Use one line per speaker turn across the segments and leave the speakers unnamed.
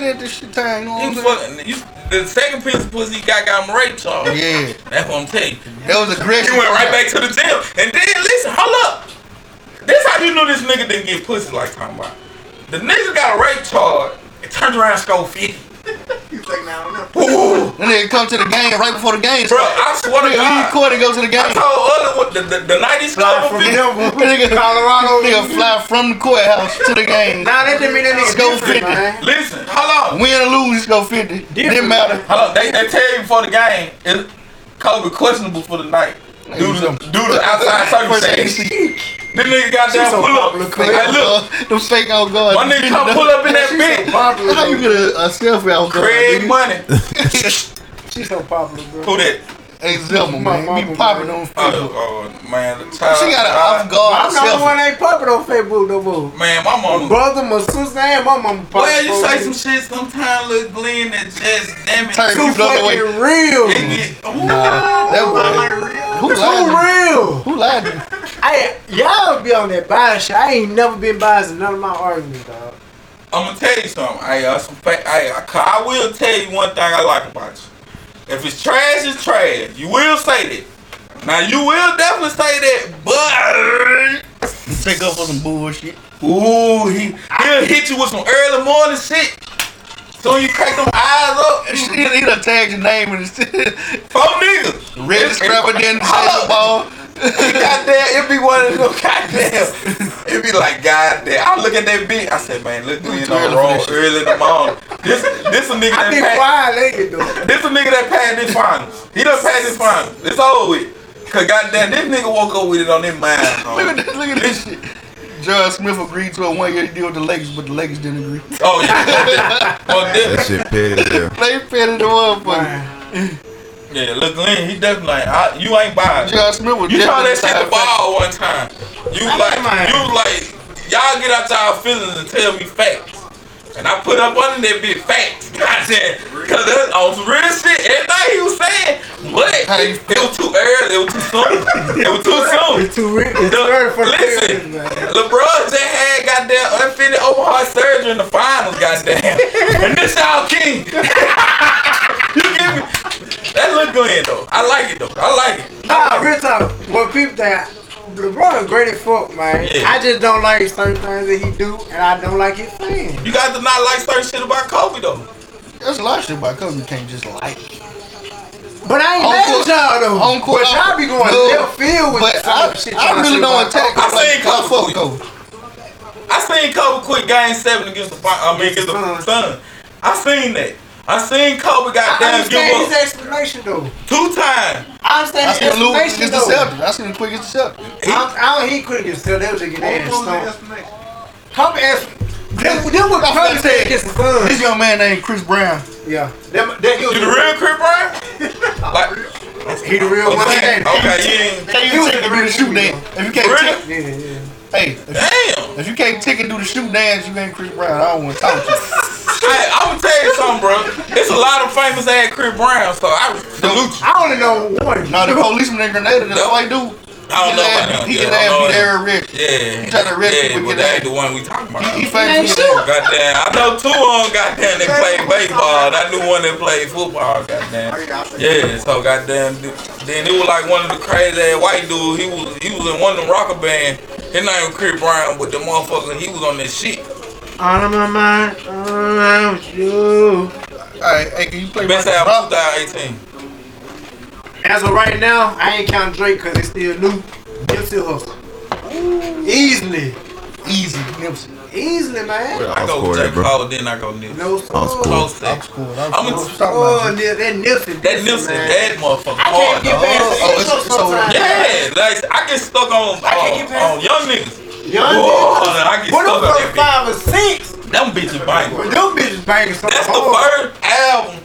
did this shit time. You know
He was
what I'm
fucking. You, the second piece of pussy he got got him raped, y'all.
saying? Yeah.
That's what I'm telling you.
That was
He
aggressive.
went right back to the jail. And then listen, hold up. This how you knew this nigga didn't get pussy like talking about. The nigga got a rape charge and turned around and scored 50.
He's like, nah, I'm not.
Ooh.
And then come to the game right before the game.
Bro, I swear to
Nigga leave
God.
court and go to the game.
I told other the, the, the night he
Fly
scored
from
50.
Denver.
Nigga,
Colorado.
Nigga fly from the courthouse to the game.
Nah, that didn't mean that nigga
Let's go
different,
fifty.
man.
Listen, hold on.
Win or lose, just go 50. Didn't matter.
Hold on. They, they tell you before the game, it's COVID questionable for the night. Due to, due to outside
First thing you
circumstances.
see,
This nigga got down
so
pull up.
popular,
Hey, look,
uh, them fake out guard.
my nigga come pull up in that
She's so
bitch.
popular.
How you
though.
get a, a selfie out guard?
Craig
nigga?
Money.
She's so popular, bro.
Who that?
Hey, Zelma, man.
My
Be
mama,
popping
man. Uh,
on
Oh,
Facebook.
oh man, the
She got an
child-
off guard
I'm not the
selfie.
one that ain't popular on Facebook no more.
Man, my
My
mama.
brother, my sister, and my mama popular.
Well, you say some shit sometimes, little Glenn, that just damn it.
Turn
Too
Too
people up the way.
fucking real.
it get- Ooh.
That boy. Who
Too
lied?
real.
Who lied? to you?
Hey, y'all be on that bias shit. I ain't never been biased in none of my arguments, dog.
I'm gonna tell you something. I, uh, some fact, I, I, ca- I will tell you one thing I like about you. If it's trash, it's trash. You will say that. Now you will definitely say that,
Take up for some bullshit.
but ooh, he he'll hit you with some early morning shit. So you crack them eyes up,
He, he done tagged your name and it's
fuck niggas.
red scrapper didn't touch the ball.
Goddamn, it be one of them goddamn. It be like goddamn. I look at that bitch. I said, man, look, you
early
know,
for
wrong
that shit.
early in the morning. This, this a nigga
I
that
been
packed-
quiet lately, though.
This a nigga that passed his finals. He done passed his finals. It's over with. Cause goddamn, this nigga woke up with it on his mind.
Look at
homie.
this, look at this shit. John Smith agreed to a one year deal with the Lakers, but the Lakers didn't agree.
Oh yeah. oh,
That
this,
shit petty there.
They fed the motherfucker.
Man,
yeah, look, Lynn, he definitely like, I, you ain't buying.
John Smith was
You
just
saw that
inside
shit the ball one time. You like, you like, y'all get out y'all feelings and tell me facts. And I put up under that big facts. Goddamn. Cause that's on some real shit. Everything he was saying, but it, it was too early, it was too soon. It was too soon.
it's too real. It's
Look,
too real for the
listen,
business, man.
LeBron just had goddamn unfitted open heart surgery in the finals, goddamn. and this y'all king. you give me that look good though. I like it though. I like it.
Nah, real talk. What people that LeBron great as fuck, man.
Yeah.
I just don't like certain things that he do, and I don't like his fans.
You guys do not like certain shit about Kobe though.
There's a lot of shit about Kobe you can't just like.
But I ain't
On
mad
court-
at y'all though.
on court,
but y'all be going
no,
left field with
But
some
I,
of the shit.
I
y'all
really
say
don't
about
attack
I
him like
seen Kobe.
I fuck Kobe.
I seen Kobe quit game seven against the Fi- I mean against the Sun. I seen that. I seen Kobe
I
goddamn
understand
give
his
up
explanation though.
two times.
I
I
understand
seen
his
him lose
explanation
against
though.
the Celtics. I seen him quick against the Celtics.
I, I don't. He couldn't get still. That was a good ass stomp. Kobe asked. Then, then what
I'm
Kobe
finna
said
say-
against the Suns.
This young man named Chris Brown.
Yeah. That, that he was
You the real Chris Brown? Like,
He the real one.
okay, okay, you ain't-
Can you take the real shoot dance? If you can't,
Really?
tick,
Yeah, yeah.
hey, if,
Damn.
if you can't tick and do the shoot dance, you ain't Chris Brown. I don't want to talk to you.
Hey, I'm gonna tell you something, bro. It's a lot of famous ass Chris Brown, so I salute you.
I only know one.
No, the policeman in Grenada, that's all he do.
I don't know about him.
He get
yeah, I
that
don't
beat
know him.
Aaron Rich.
Yeah,
He tried to rip
yeah,
it, we get
but that
that.
ain't the one we talking about.
He
Goddamn,
famous for that.
I know two of them. Goddamn, that played baseball. and I knew one that played football. Goddamn. Yeah, so goddamn. Then it was like one of the crazy ass white dude. He was he was in one of them rocker band. His name was Chris Brown, but the motherfucker he was on that shit.
Out of my mind, around you.
Alright, hey, can you play
Best
Marcus
album
Robinson?
2018.
As of right now, I ain't counting Drake because it's still new. Nipsey Hussle. Easily.
Easy, Nipsey.
Easily, man.
I
I'll
go
score
J.
that, bro.
Cole, then I go Nipsey.
No
Oh, it's cool.
soul.
Close
I'm
that.
scored.
I'm
I'm
gonna-
Oh,
scored.
Nip- that Nipsey.
That Nipsey,
man.
that motherfucker
I can't
hard,
get
dog.
past
Oh, it's-
Nipsey
so-
sometimes.
Yeah, like I get stuck on
I can't
on,
get past
on young niggas.
Young
Whoa,
niggas.
I get stuck
When them
on that
first
bitch.
five or six,
Them bitches bang.
when them bitches banging so
That's the
hard.
first album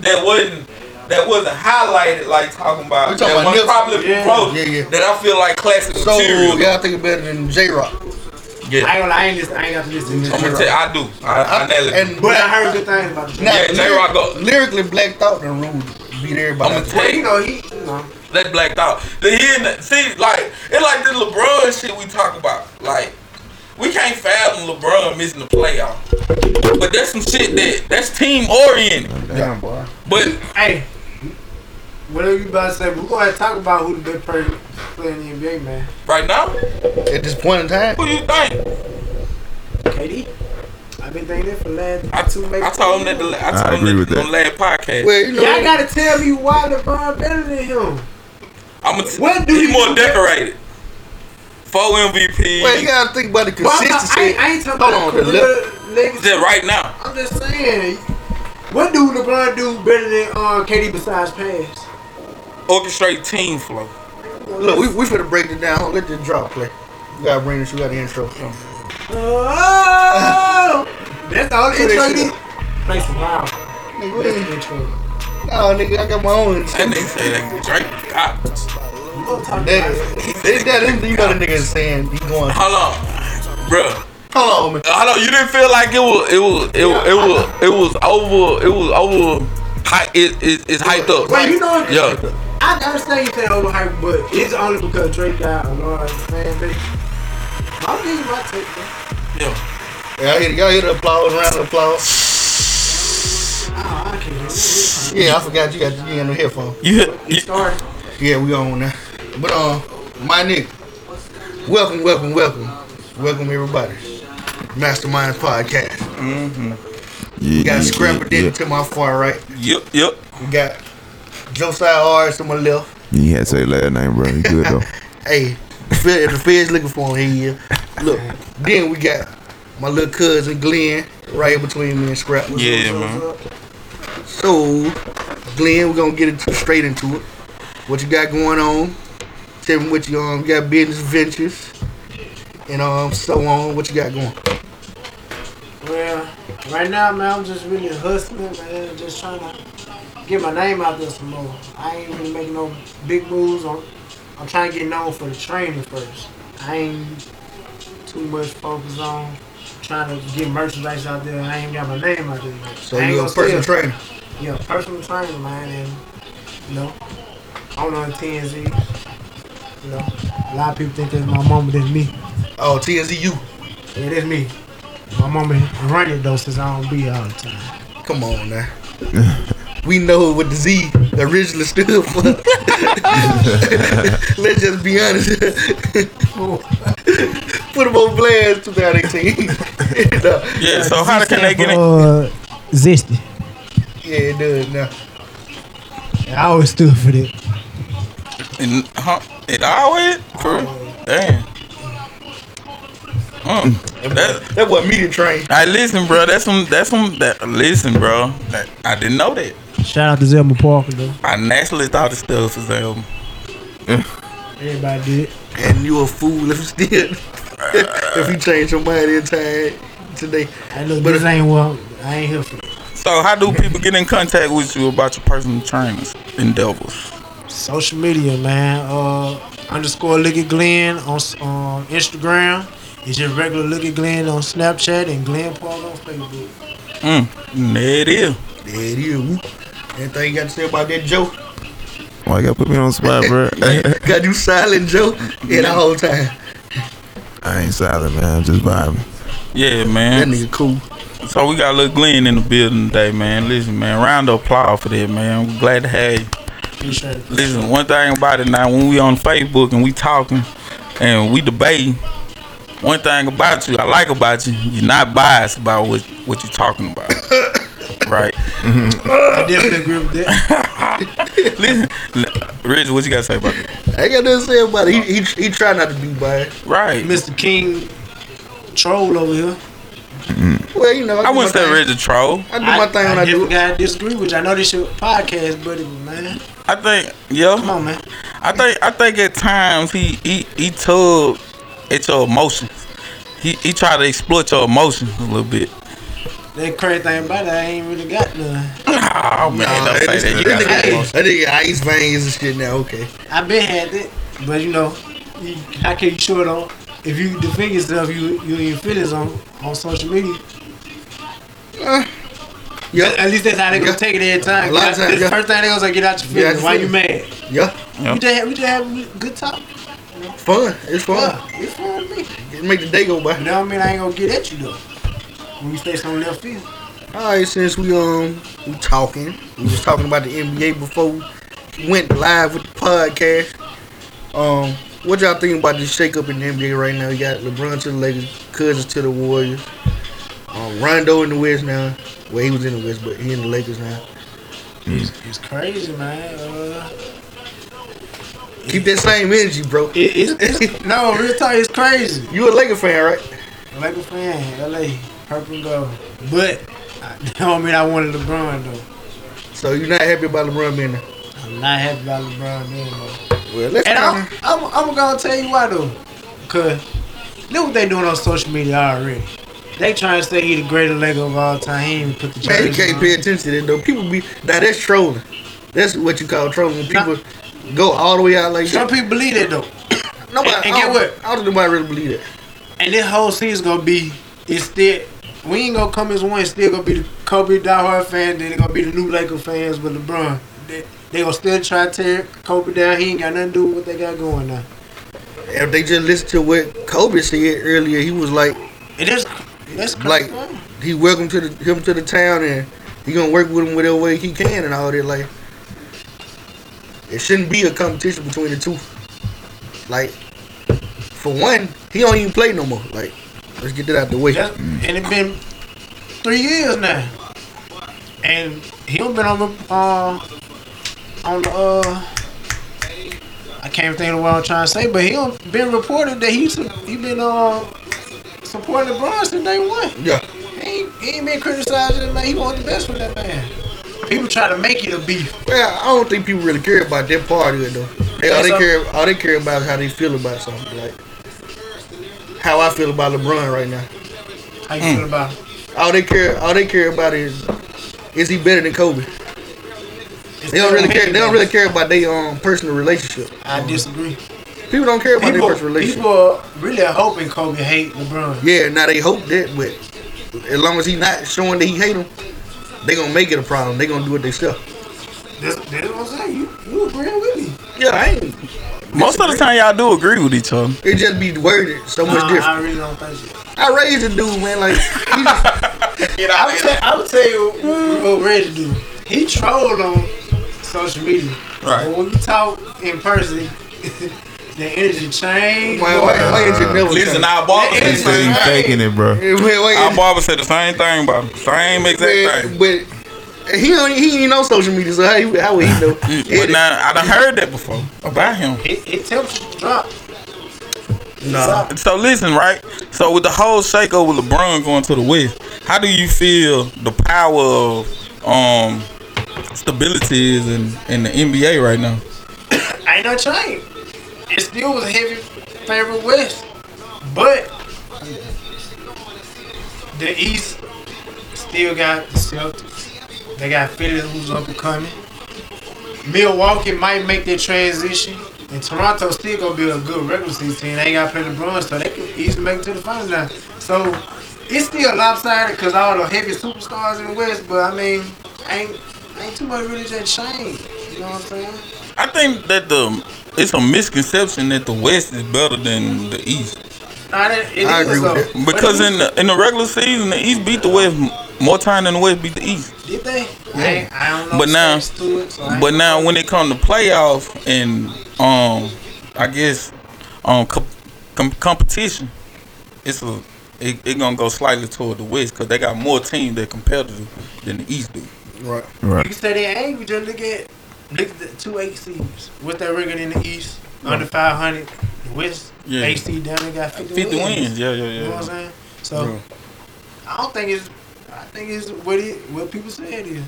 that wasn't that wasn't highlighted like talking
We
about.
talking
that
about
was
Nipsey.
probably
Yeah,
promoted,
yeah, yeah.
that I feel like classic
So,
material.
yeah, I think it's better than J Rock.
I
yeah.
ain't gonna lie, I ain't, listen, I ain't got to listen to
I'm
Nipsey.
gonna tell you, I do. I, I, nail it.
And
But I heard good things about Drake.
now,
Yeah, J Rock go.
lyrically, Black Thought done ruled, beat everybody.
I'ma
out.
tell
Well,
you.
you know, he, you know.
That blacked out. The end, see, like it's like this LeBron shit we talk about. Like we can't fathom LeBron missing the playoff. But that's some shit that that's team oriented.
Damn, boy.
But
Hey, whatever you about to say, we're going to talk about who the best player player in the NBA, man.
right now,
At this point in time,
who you think?
KD. I've been thinking it for the
I,
last two, maybe.
I told him that the la- I told him
I agree
that
with that.
on last podcast.
well, you know,
Y'all gotta tell me why LeBron better than him.
I'm a t-
What do
he
you
more
do?
decorated. Four MVP.
well, you gotta think about the
But I'm not-
consistency.
I, ain't- I ain't talking
Hold
about
on,
the career legacy.
just right now.
I'm just saying, what do LeBron do better than uh, KD besides pass?
Orchestrate team flow.
Look, we we finna break it down. Let the drop play. You gotta bring this. You gotta intro. Something.
Oh, that's all the
Who they
intro
should-
you need. Play some wild.
Nigga, we
That's
ain't-
the intro.
Nah, nigga, I got my own. intro.
That nigga say that Drake got
We gonna talk about it.
That, that, that, you know the nigga is saying he going.
Hold on, bro.
Hold on, man.
Hold on. You didn't feel like it was it was it was it was, it was over it was over. hy- It, it, it's hyped up.
Well, you know,
yeah.
I understand you saying overhyped, but it's only because Drake got a large fan base. I'm getting my take, though.
yeah.
Y'all hear, y'all hear the applause, round of applause.
Oh, I can't. hear you.
Yeah, I forgot you got you ain't no headphone.
You, you
It's hard.
Yeah, we on now. But um, my nigga, welcome, welcome, welcome, welcome everybody. Mastermind podcast.
Yeah,
We got
yeah,
Scrapper
yeah,
Dick to my far right.
yep yep.
We got Josiah R's to my left.
yeah. You had to say your last name, bro. You good though.
Hey, if the- if the feds looking for him here. Look, then we got my little cousin Glenn right in between me and Scrap.
Yeah man.
So, Glenn, we're gonna get into, straight into it. What you got going on? Tell me what you um you got business ventures and um so on. What you got going?
Well, right now, man, I'm just really hustling, man. Just trying to get my name out there some more. I ain't really making no big moves. I'm, I'm trying to get known for the training first. I ain't too much focused on trying to get merchandise out there. I ain't got my name out there. yet.
So
I ain't
you a
gonna
personal
sell.
trainer?
Yeah, personal trainer, man, and you know, I'm on TNZ. You know, a lot of people think that's my mama, that's me.
Oh, TNZU.
Yeah, that's me. My mama run it though, since I don't be all the time.
Come on now. we know what the Z originally stood for. Let's just be honest. Put them on blast 2018. No.
Yeah. So how can they get it?
Uh, Zesty.
Yeah, it does now.
I always stood for that.
And, huh? It always? Correct. Damn. Mm. That,
That was media train.
I listen, bro. That's some. That's some. That listen, bro. That, I didn't know that.
Shout out to Zelma Parker though.
I naturally thought it stuff was um, them.
Everybody did.
And you a fool if you still if you change your mind in time today.
Hey, look,
But-
this ain't what I ain't here for.
So how do people get in contact with you about your personal trainers endeavors?
Social media, man. Uh, underscore Look at Glenn on s- on Instagram. It's just regular Look at Glenn on Snapchat and Glenn Parker on Facebook.
Mm. There it is.
There it is. woo. Anything you got to say about that Joe?
Why you gotta put me on the spot, bro?
Got you silent Joe yeah, the whole time.
I ain't silent, man. I'm just vibing.
Yeah,
That
man.
nigga cool.
So we got a little Glenn in the building today, man. Listen, man. Round of applause for that, man. I'm glad to have you.
Appreciate it.
Listen, one thing about it now, when we on Facebook and we talking and we debating, one thing about you, I like about you, you're not biased about what what you're talking about. right?
Mm-hmm. I definitely agree with that.
Listen, l- Rich, what you got to say about it?
I ain't got nothing to say about it. He, he, he try not to be biased.
Right.
Mr. King troll over here.
Well, you know,
I
do
wouldn't
my
say
thing.
Rich a troll.
I do my thing when I, do
definitely
it.
gotta disagree with you. I know this your podcast, buddy, but man,
I think, yeah.
come on, man.
I think I think at times he he he tug at your emotions. He he tried to exploit your emotions a little bit.
That crazy thing about it, I ain't really got none.
Oh man,
Nah,
don't say
this-
that.
this
You gotta
nigga-
say emotions.
That nigga got ice veins and shit now. Okay.
I been had it, but you know, you, how can you show it on? If you defend yourself, you you ain't feelings on on social media.
Yeah.
At least that's how they gonna
Yeah.
take it every time.
A lot of times,
That's
yeah.
the first thing they gonna say, get out your
Yeah,
feelings. Why you
it's-
mad?
Yeah.
Yeah.
We just have, we just have a good talk.
Fun. It's fun.
Fuck, it's fun to me.
It make the day go by.
You know what I mean? I ain't gonna get at you though. when you face on left field.
All right, since we um we talking, we was talking about the NBA before we went live with the podcast. Um, what y'all think about this shakeup in the NBA right now? You got LeBron to the Lakers, Cousins to the Warriors, um, Rondo in the West now. Well, he was in the West, but he in the Lakers now.
It's crazy, man. Uh,
Keep that same energy, bro.
it, it's, it's, no, real talk, it's crazy.
You a Laker fan, right?
Lakers fan, LA, purple and gold. But I, that don't mean I wanted LeBron though.
So you're not happy about LeBron being there?
I'm not happy about LeBron being though.
Well, let's
And I'm,
kinda-
I'm, I'm gonna tell you why though, cause look what they doing on social media already. They trying to say he the greatest Lego of all time. He even put the
man, you
jersey
can't
on.
pay attention to that though. People be now that's trolling. That's what you call trolling. When people go all the way out like that.
Some people believe that though,
Nobody.
And- and
I don't-
get what?
I don't think nobody really believe that.
and this whole season gonna be it's still. We ain't gonna come as one. it's Still gonna be the Kobe diehard fan. Then it gonna be the new Laker fans with LeBron. They, they gonna still try to tear Kobe down. He ain't got nothing to do with what they got going now.
If they just listen to what Kobe said earlier, he was like,
It is that's
like
crazy.
he welcomed to the, him to the town and he gonna work with him whatever way he can and all that. Like, it shouldn't be a competition between the two. Like, for one, he don't even play no more. Like, let's get that out the way.
That's, and it been three years now. And he done been on the uh, on the uh, I can't think of what I'm trying to say, but he done been reported that he's he been uh supporting LeBron since day one.
yeah.
He ain't, he ain't been criticizing him, man. He want the best for that man. People try to make it a beef.
Well, I don't think people really care about that part of it though. They, all they
That's
care, all they care about is how they feel about something. Like, how I feel about LeBron right now.
How you
Hmm.
feel about it?
All they care, all they care about is is he better than Kobe?
It's
They don't really
still
care. They don't
opinion,
really care about their um personal relationship.
man. I disagree.
People don't care about their
People,
personal relationship.
people are really hoping Kobe hate LeBron.
Yeah, now they hope that, but as long as he not showing that he hate him, they gonna make it a problem. They gonna do it themselves.
That's, that's what I'm saying. You, you agreeing with me?
Yeah, I ain't.
Most of the time, y'all do agree with each other.
It just be worded so much
Nah,
different.
I really don't think so.
I raised a dude, man. Like he just,
Get out
I would, tell, I would tell you what Red to do. He trolled on social media.
Right.
But when you talk in person, the energy changed.
my
boy.
wife, why is it never
Listen,
changed?
our barber
It
said
They
the
is
say
same
you
right.
thing.
faking it, bro.
Yeah, man, wait,
Our barber said the same thing about him. Same exact
man,
thing.
but he don't, he ain't on social media, so how, he- how would he know?
But now I done heard that before about him.
It, it temperature dropped.
Nah.
So listen, right? So with the whole shakeup with LeBron going to the West, how do you feel the power of um stability is in, in the NBA right now?
Ain't no change. It still was a heavy favorite West, but the East still got the Celtics. They got Philly, who's up and coming. Milwaukee might make their transition, and Toronto still gonna be a good regular season team. They ain't gotta play LeBron, so they can easily make it to the finals now. So it's still lopsided because all the heavy superstars in the West. But I mean, ain't ain't too much really just changed. You know what I'm saying?
I think that the it's a misconception that the West is better than the East
Nah, that- it
I
is
agree with
though.
that.
But
because
it-
in the, in the regular season, the East beat the West m- more time than the West beat the East.
did they? I, ain't- I don't know.
But now-
stats to it, so I ain't-
But now when it come to playoff and um, I guess um com- com- competition, it's a it, it gonna go slightly toward the West because they got more teams that competitive than the East do.
Right.
you
Right.
can say they're angry. Just look at look at the two ACs. What's that record in the East? Under five hundred. The West
Yeah.
AC down there got fifty,
Fifty
wins.
wins, yeah, yeah,
You know what I'm
yeah.
saying? So I don't think it's. I think it's what it what people said it is.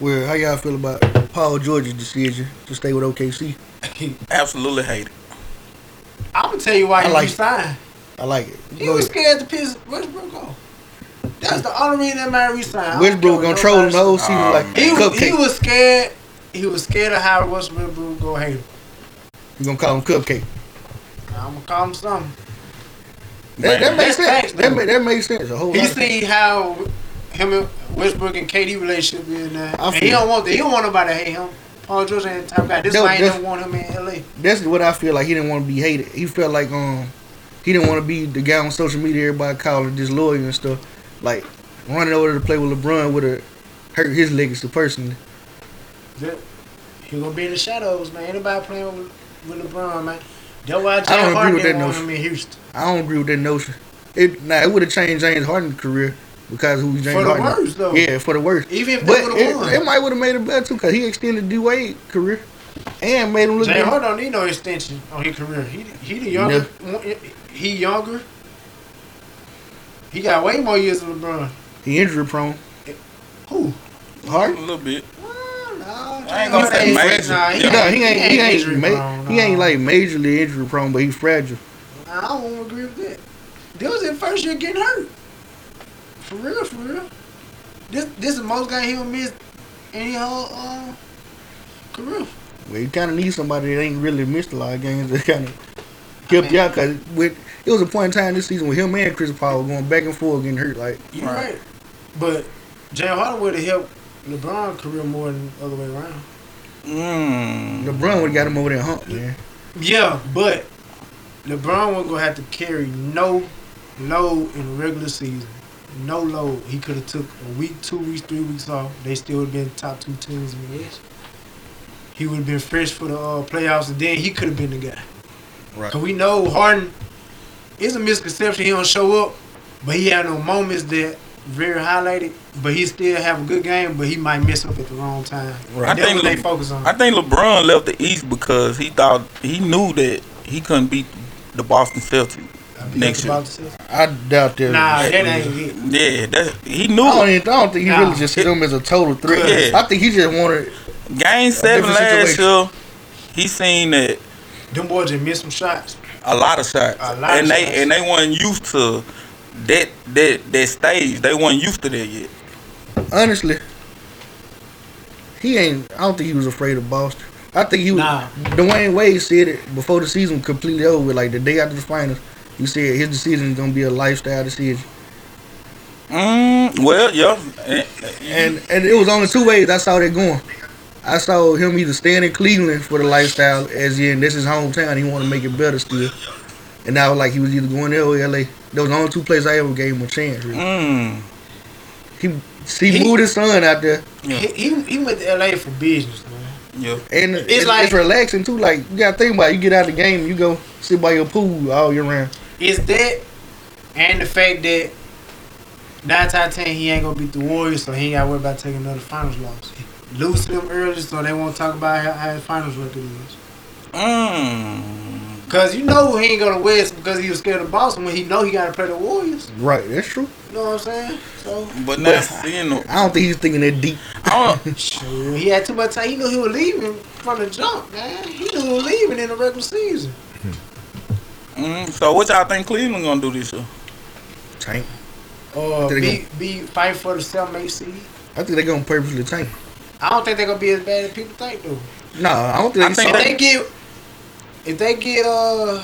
Well, how y'all feel about Paul George's decision to stay with OKC?
Absolutely hate it.
I'm gonna tell you why
I
he
like-
resigned.
I like it.
He
Go ahead.
was scared to piss Westbrook off. That's the only reason that man resigned.
Westbrook gonna troll him the whole season
Oh,
like
He was, he
cupcake.
was scared. He was scared of how Russell Westbrook go hate him.
You gonna call him cupcake?
I'm gonna call him something.
That, that
Man.
makes
That's
sense.
facts,
That,
though.
ma- that makes sense. A whole
He
lot.
see how him and Westbrook and KD relationship is now.
I
And he
feel-
don't want that. He don't want nobody to hate him. Paul George ain't the type of guy. This
No,
guy ain't
that's-
don't want him in LA.
That's what I feel like. He didn't want to be hated. He felt like um, he didn't want to be the guy on social media everybody calling disloyal and stuff. Like running over to play with LeBron would have hurt his legacy personally.
He gonna be in the shadows, man. Anybody playing with, with LeBron, man. That's why
I don't
James
agree
Harden
with that
didn't want
notion.
him in Houston.
I don't agree with that notion. It now it would have changed James Harden's career because who James
For the
Harden.
worse, though.
Yeah, for the worse.
Even if they
But
would've won.
it, it might would have made it better too because he extended D Wade career and made him look
James
good.
Harden don't need no extension on his career. He he the younger. He younger. He got way more years than LeBron.
He injury prone.
Who?
A
Harden.
little bit.
I
ain't gonna say major.
Nah, he,
Yeah.
No, he ain't. He ain't.
injury
ma-
prone,
He ain't
nah.
like majorly injury prone, but he's fragile.
I don't agree with that. This was his first year getting hurt. For real, for real. This this is the most game he'll miss in his whole uh, career.
Well, you kind of need somebody that ain't really missed a lot of games that kind of help you out. Cause with it was a point in time this season with him and Chris Paul were going back and forth getting hurt. Like
You're
Right.
right. But James Harden would have helped LeBron career more than the other way around.
Mm.
LeBron would have got him over that hump, man.
Yeah, but LeBron wasn't gonna have to carry no load in the regular season. No load. He could have took a week, two weeks, three weeks off. They still would have been top two teams in the East. He would have been fresh for the uh, playoffs, and then he could have been the guy.
Right.
Cause we know Harden is a misconception. He don't show up, but he had no moments that very highlighted. But he still have a good game, but he might miss up at the wrong time.
Right. I
That's
think
what they
Le-
focus on.
I think LeBron left the East because he thought he knew that he couldn't beat the Boston Celtics. next year.
I doubt that.
Nah, that ain't it.
Yeah, that he
I don't,
knew.
even, I don't think he
Nah.
really just hit him as a total threat.
Yeah.
I think he just wanted.
Game seven
different
last
situation.
year, he seen that
Them boys just missed some shots.
a lot of shots,
A lot of
and they
shots.
and they weren't used to that that that stage. They weren't used to that yet.
Honestly, he ain't. I don't think he was afraid of Boston. I think he was.
Nah.
Dwayne Wade said it before the season was completely over. with, Like the day after the finals, he said his decision is gonna be a lifestyle decision.
Mm, well, yeah, and,
And and it was only two ways I saw that going. I saw him either staying in Cleveland for the lifestyle, as in this is hometown, he want to make it better still. And I was like, he was either going there or LA. Those are the only two places I ever gave him a chance. Really.
mm,
He, he
He-
moved his son out there,
Yeah.
He, he he went to LA for business, man.
yeah.
and it's, it's,
like-
relaxing too. Like you gotta think about, it. you get out of the game, you go sit by your pool all year round.
It's that and the fact that nine out of ten he ain't gonna beat the Warriors, so he ain't gotta worry about taking another finals loss. Lose to them early, so they won't talk about how, how his finals record is.
Mm,
Cause you know he ain't gonna win because he was scared of Boston when he know he gotta play the Warriors.
Right, that's true.
You know what I'm saying? So
but now seeing them,
I don't think he's thinking that deep.
I don't,
sure, he had too much time. He knew he was leaving from the jump, man. He knew he was leaving in the regular season.
Mm, so what y'all think Cleveland gonna do this year?
Tank.
Or
There you
Uh, be be fight for the cellmate seed.
I think they're gonna purposely tank.
I don't think they're gonna be as bad as people think though.
No, I don't think.
I
they-
think
If they get, if they get uh,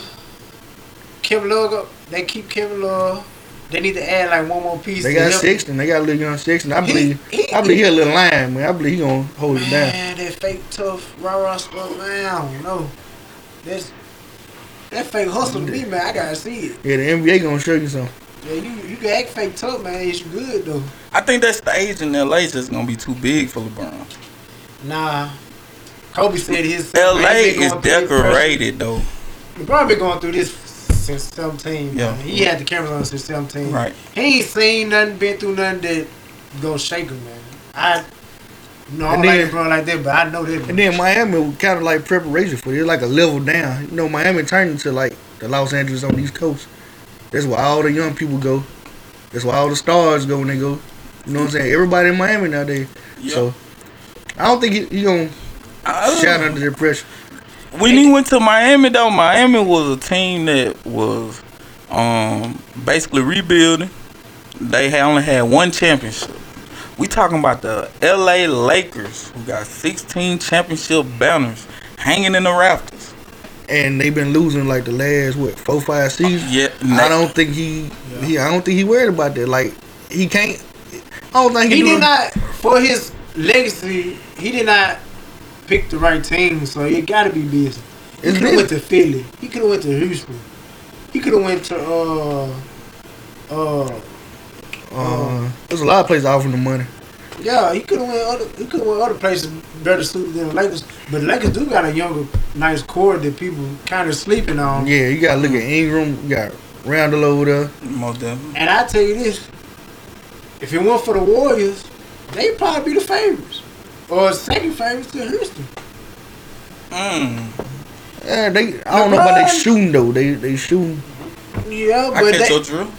Kevin Love, up, they keep Kevin Love. They need to add like one more piece.
They
to
got
help.
Sexton. They got a little young Sexton. I
He-
believe.
he-
I believe he a little lion, man. I believe he gonna hold it down.
Man, that fake tough rah rah stuff, man. I don't know. That's that fake hustle to me, man. I gotta see it.
Yeah, the NBA gonna show you something.
Yeah, you you can act fake tough, man. It's good though.
I think that stage in LA is just gonna be too big for LeBron.
Nah. Kobe said his
LA
man, he been
is
going through his pressure.
decorated though.
LeBron been going through this since 17.
Yeah.
Yeah. He had the cameras on since 17.
Right.
He ain't seen nothing, been through nothing that gonna shake him, man. I, you know, I don't
And then-
like LeBron like that, but I know that.
And then Miami was kind of like preparation for it. It's like a level down. You know, Miami turned into like the Los Angeles on the East Coast. That's where all the young people go. That's where all the stars go when they go. You know what I'm saying? Everybody in Miami nowadays. So I don't think he, he gonna shout
Uh,
under the pressure.
when he went to Miami though, Miami was a team that was um, basically rebuilding. They had only had one championship. We talking about the LA Lakers who got 16 championship banners hanging in the rafters.
And they've been losing like the last what four five seasons.
Yeah,
I don't think he, he. I don't think he worried about that. Like he can't. I don't think he,
He
do
did
it.
not, for his legacy, he did not pick the right team, so you gotta be busy. He
It's
could have went
busy.
to Philly. He could have went to Houston. He could have went to uh uh
Uh, there's a lot of places offering the money.
Yeah, he could have went other he could have went other places better suited than the Lakers. But the Lakers do got a younger, nice core that people kind of sleeping on.
Yeah, you gotta look at
Mm.
Ingram. You got Randall over there.
Most definitely.
And I tell you this, if it weren't for the Warriors, they'd probably be the favorites or second favorites to Houston.
Mm.
Eh, they, I don't know about they
LeBron.
shooting though. They they shooting.
Yeah,
I
but
catch your
they
drill.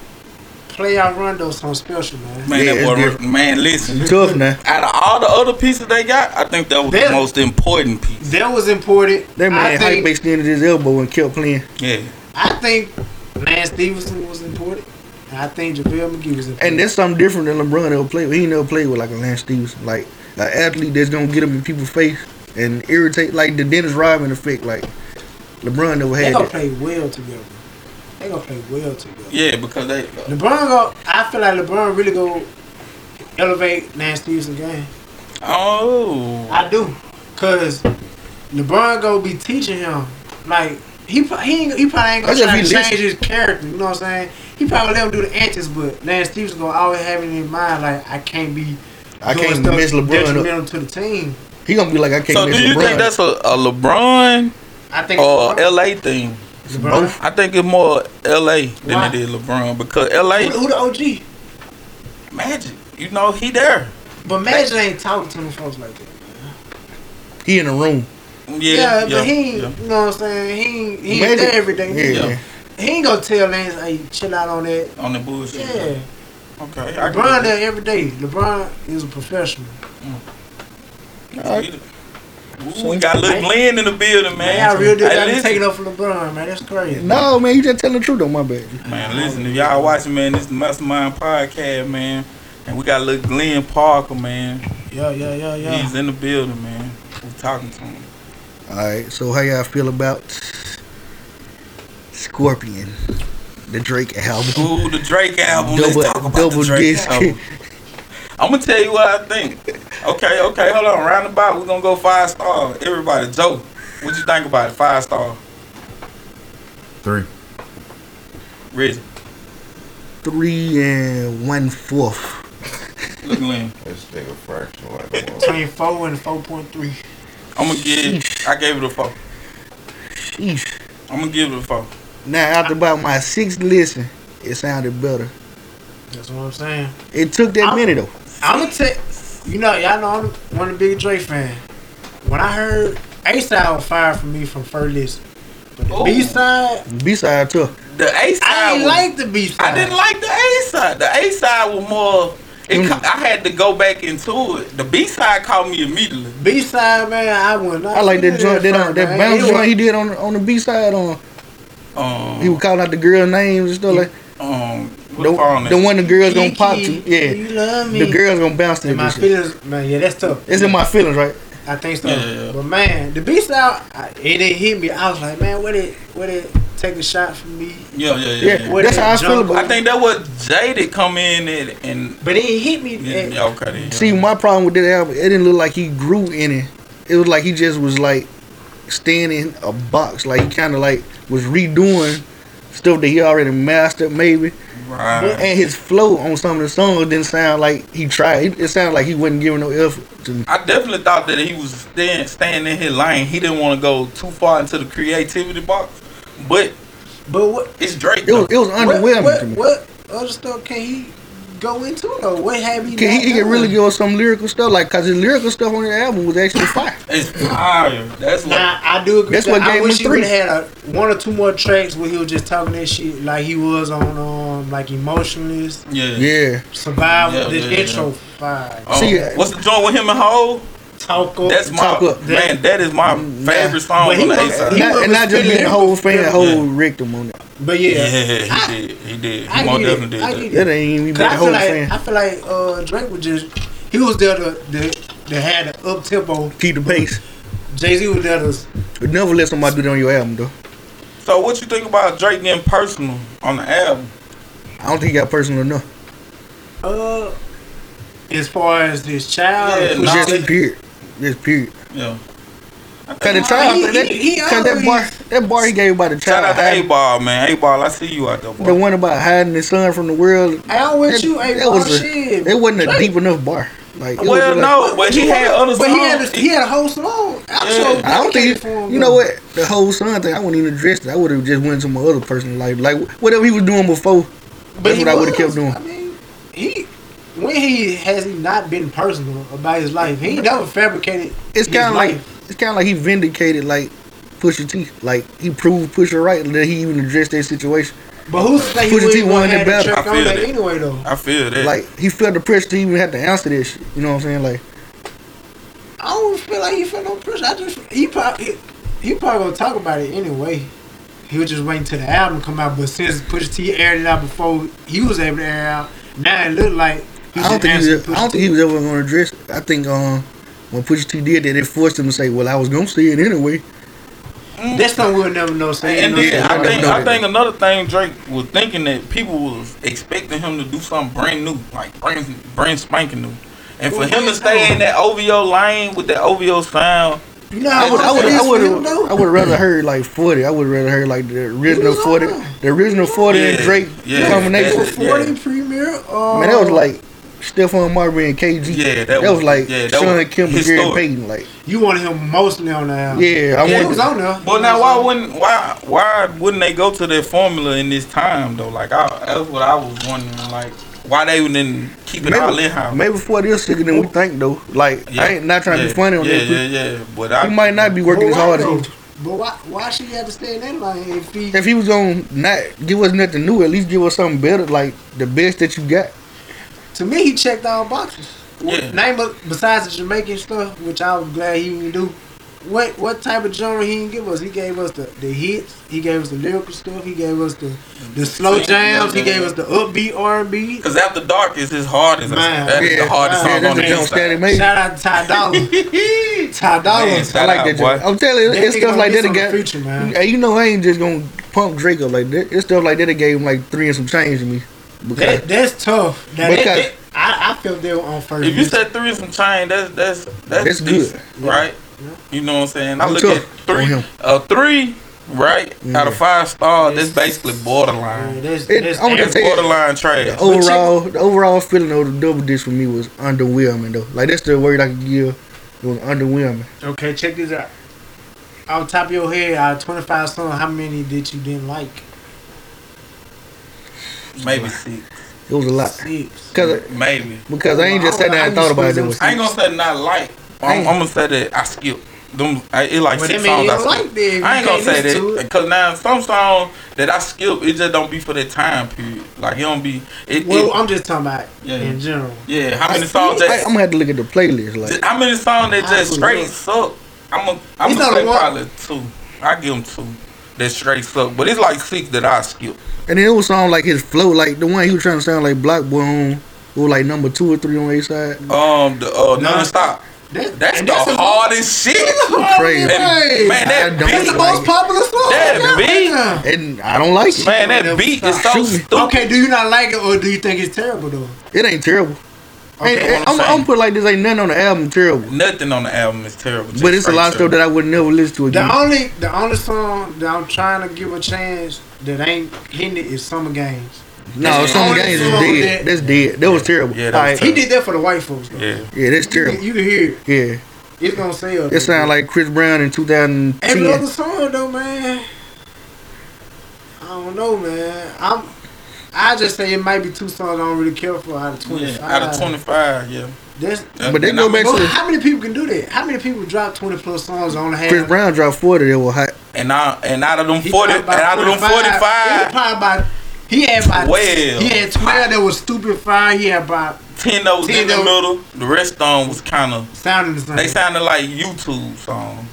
playoff Rondo something special, man.
Yeah,
Man, that
it's
boy,
different.
man, listen.
Tough now.
Out of all the other pieces they got, I think that was
Them.
the most important piece.
That was important.
That
I
man hype
think,
extended his elbow and kept playing.
Yeah.
I think Lance Stevenson was important. And I think JaVale McGee was important.
And that's something different than LeBron ever played. with. He never played with like a Lance Stevenson, like an athlete that's gonna get up in people's face and irritate, like the Dennis Rodman effect. Like LeBron never
They
had
gonna
that.
play well together. They gonna play well together.
Yeah, because they.
LeBron go. I feel like LeBron really go elevate Lance Stevenson game.
Oh.
I do, cause LeBron go be teaching him like he pro- he ain't, he probably ain't
That's
gonna
if
try
he
to change
listen.
his character. You know what I'm saying? He probably let him do the antics, but Lance Stevenson gonna always have it in mind like I can't be.
I
doing
can't
stuff
mess LeBron up.
detrimental to the team.
He gonna be like, I can't
So
miss
do you
LeBron.
think that's a, a LeBron
I think
or
LeBron-
LA thing?
LeBron.
I think it's more LA than
Why?
it is LeBron because LA
Who, who the OG?
Magic. You know he there.
But Magic ain't talking to them folks like that.
he in the room.
Yeah,
Yeah,
yeah,
but he, ain't
yeah.
you know what I'm saying? He ain't, he ain't
Magic-
there every day.
Yeah.
Yeah.
He ain't gonna tell Lance, hey, chill out on that.
on the bullshit.
Yeah.
Okay. I can
LeBron
get
there every day. LeBron is a professional.
that. Ooh, we got little Glenn in the building, man.
Man, y'all real dude
Hey,
gotta
listen.
take it up for LeBron, man. That's crazy.
No man, you just telling the truth on my bad.
Man, listen, if y'all watching, man, this is the Mastermind Podcast, man. And we got little Glenn Parker, man.
Yeah, yeah, yeah, yeah.
He's in the building, man. We're talking to him.
All right, so how y'all feel about Scorpion, the Drake album?
Ooh, the Drake album.
Double-
Let's talk about
double
the Drake
disc.
album. I'm gonna tell you what I think. Okay, okay, hold on. Round about, we're gonna go five star. Everybody, Joe, what you think about it? Five star,
Three.
Reggie,
Three and one fourth.
look Glenn.
This nigga fraction like one.
Between four and four point three.
I'm gonna give. I gave it a four.
Sheesh.
I'm gonna give it a four.
Now after about my sixth listen, it sounded better.
That's what I'm saying.
It took that
I'm-
minute though.
I'ma take you know, y'all know I'm the- one of the big Drake fan. When I heard A side was fired for me from first listen. But the
Ooh.
B side,
B side tough.
The A side.
I didn't
was-
like the B side.
I didn't like the A side. The A side was more. It,
Mm.
ca- I had to go back into it. The B side caught me immediately.
B side, man, I would not.
I like that joint, that uh,
on
that bounce joint he did on on the B side. On
Um,
he was calling out the girl names and stuff like
um, what the, phone
the, the
is?
one the girls gonna pop to. Yeah,
You love me.
the girls gonna bounce to
And my
this shit.
feelings, man, yeah, that's tough.
It's in my feelings, right?
I think so.
Yeah, yeah, yeah.
But man, the B side, I- it didn't hit me. I was like, man, what it, what it take a shot from me?
Yeah, yeah, yeah.
Yeah,
yeah.
that's how I feel about.
I think that was Jaded come in and, and
But it didn't hit me. eh,
yeah,
at-
yeah, okay. Then, yeah.
See, my problem with that album, it didn't look like he grew in it. It was like he just was like standing a box, like he kind of like was redoing stuff that he already mastered, maybe.
Uh-huh.
right.
And his flow on some of the songs didn't sound like he tried. It, it sounded like he wasn't giving no effort. To,
I definitely thought that he was staying staying in his lane. He didn't want to go too far into the creativity box, but
But what,
it's Drake.
it was it was
what,
underwhelming
what,
to me.
what other stuff can he go into though? What have he?
Can
not
he, he can
done?
really give us some lyrical stuff, like cause his lyrical stuff on the album was actually fire.
it's fire. That's what.
Now I do agree.
That's
that
what
I
gave
wish
him
he would have had a, one or two more tracks where he was just talking that shit like he was on um like emotionless
Yeah.
Yeah,
survival.
Yeah,
this
yeah, yeah.
intro fire
Um,
See,
what's the joint with him and Hov?
talk up.
That's my
Talk up.
man. That is my favorite song
But he
on the A
was-
side.
he-
not,
was
and not just being a whole fan, a whole
Yeah.
rectum on it.
but yeah,
Yeah, he did. He did.
I
He most
get it.
definitely
I
did.
get
that.
That ain't even
Cause
being a
I feel
whole
like
fan.
I feel like uh, Drake was just he was there to to, to had an up tempo.
Keep the pace.
Jay Z was there to
Never let somebody do that on your album though.
So, what you think about Drake getting personal on the album?
I don't think he got personal enough.
uh as far as this child.
Yeah,
and
nah.
all
Just
that-
period. Just period.
Yeah. I
Cause the
think-
child,
he-
that,
he- he
cause that boy,
always-
that That bar he gave by the
Shout
child,
out to A
hiding,
Ball, man. A Ball, I see you out there,
the
boy.
one about hiding his son from the world.
I'm with
That-
you, hey, oh,
that was a-
shit.
It wasn't a deep enough bar. Like, it was
Well,
like-
no, but he had other
But he had, a,
songs.
he had a whole song. I'm
Yeah.
sure
I don't
dedicated
think
for him,
you
bro.
know what the whole son thing. I wouldn't even address it. I would have just went to my other person's life, like whatever he was doing before. that's
he
what I would have kept
was.
doing.
I mean, he when he has he not been personal about his life, he never fabricated.
It's
his
kind of like
life.
it's kind of like he vindicated like Pusha T. Like he proved Pusha right that he even addressed that situation.
But who's to say he
Pusha T
wouldn't
won
have
it
had
better.
a
I
check on
feel
that
that.
anyway though?
I feel that.
Like he felt the pressure to even have to answer that shit. You know what I'm saying? Like
I don't feel like he felt no pressure. I just he probably he, he probably gonna talk about it anyway. He was just waiting till the album come out, but since Pusha T aired it out before he was able to air it out, now it looked like he
I don't
should
think he
answer
was, I don't
Pusha T.
think he was ever going to address it. I think um when Pusha T did that, it forced him to say, "Well, I was going to say it anyway."
That's something we'll never know. So
And
Yeah,
then
I
I
don't
think
know
I
that.
think another thing Drake was thinking that people was expecting him to do something brand new, like brand brand spanking new. And for him to stay in that OVO lane with that OVO sound,
you know,
I would I would I would
know.
I would rather heard like 40. I would rather heard like the original
He was
40,
on.
the original 40 and
Yeah,
Drake
yeah,
combination.
that's it.
Forty
Yeah.
premiere. Uh,
Man, that was like Stephon Marbury and KG.
Yeah, that
that, was,
was-
like
yeah, that
Sean
was
Kim and Gary
historic.
Payton. Like,
you wanted him mostly on the album.
yeah, I
Yeah,
Oh, he
want
was
wanted.
on there.
But now why wouldn't why why wouldn't they go to their formula in this time though? Like I, that's what I was wondering. Like why they didn't keep it all in house?
Maybe, maybe 40 is sicker than we think though. Like, I ain't not trying to be funny on
yeah,
that.
Yeah,
but
yeah, But I
He might not be
But
working as
why
hard
though?
as he.
But why? Why should he have to stay in that line if he?
If he was gonna not give us nothing new, at least give us something better, like the best that you got.
to me, he checked all boxes.
Yeah.
What, name of, besides the Jamaican stuff, which I was glad he didn't do. What what type of genre he didn't give us? He gave us the, the hits. He gave us the lyrical stuff. He gave us the the slow jams. He gave us the upbeat R and B.
Because after dark is his hardest.
Man,
that's
yeah,
the hardest
yeah,
song
that's
on
the
the
jump
inside.
standing made.
Shout out to Ty Dolla. Ty
Man,
Dolla.
shout
I
out,
like that.
boy.
Joke. I'm telling you,
That
it's
nigga
stuff
gonna
like
get
that.
some
Again,
future, man.
Hey, you know I ain't just gonna pump Drake up like that. It's stuff like that. It gave him like three and some change to me. Because
That, that's tough. That,
Because-
that- I, I felt they were on first.
If you said three is some change, that's that's that's,
That's good.
decent, right? You know what I'm saying? I
I'm
look
tough
at
on
three,
him.
a three, right? Out of five stars, that's basically
Yeah,
borderline.
that's,
It-
that's,
I wanna
That's
tell you-
borderline trash.
the overall, the overall feeling of the double disc for me was underwhelming though. Like that's the word I could give. It was underwhelming.
Okay, check this out. On top of your head, out of 25 songs, how many that you didn't like?
Maybe six.
It was a lot.
Six.
Cause
Maybe.
because I ain't just sat down and thought about it. it was,
I ain't gonna say not like. I'm, I'm gonna say that I skipped them. I, it like
Well,
six
that mean
songs
you
I
don't
skipped.
like them.
I ain't
You
gonna
can't
say
listen to
that
it.
because now some songs that I skip, it just don't be for that time period. Like it don't be. It,
Well,
it-
I'm just talking about
Yeah.
in general.
yeah. How many
I-
songs
I, I'm
that?
gonna have to look at the playlist. Like
How many songs that just
I-
straight suck? I'm a. I'm gonna
It's not
say
a one.
probably two. I give them two. That straight suck, but it's like six that I skip.
And then it was sound like his flow, like the one he was trying to sound like Black Boy on, it was like number two or three on A side.
Um, the uh, nonstop.
That,
That's
and
the
a-
hardest shit.
Crazy.
Man, man,
I
that
don't
beat
That's the
like
most popular song.
That
Yeah,
beat.
yeah.
And I don't like it.
Man, that beat is so
Shoot me.
stupid.
Okay, do you not like it or do you think it's terrible though?
It ain't terrible.
Okay,
Ain't-
what I'm
I'm, I'm
saying.
put it like this, ain't nothing on the album terrible.
Nothing on the album is terrible. just
But it's a
straight
lot of stuff
terrible.
that I would never listen to again.
The only the only song that I'm trying to give a chance that ain't hitting it is Summer Games.
No,
That's the
some
only
games is
song
dead.
that-
That's dead. That was terrible.
Yeah, that was
Alright.
He did that for the white folks though.
Yeah.
Yeah, that's
You can,
terrible.
you can hear it.
Yeah,
It's gonna sell.
it sounded like Chris Brown in
Every other
2010.
song though, man. I don't know, man. I'm. I just say it might be two songs I don't really care for out of twenty five.
Yeah, out of 25, yeah.
That's,
But they
And
go
I-
back-
Bro, how many people can do that? How many people drop twenty plus songs on half?
Chris Brown dropped 40. That was hot.
And, I, and out of them
He
40, and
probably about
out of them
45 He
45,
probably about. He had about.
Well.
He had twelve that was stupid fire. He had about
10 those in
10
the
those-
middle. The rest of them was kind of,
sounding the same.
they sounded like YouTube songs.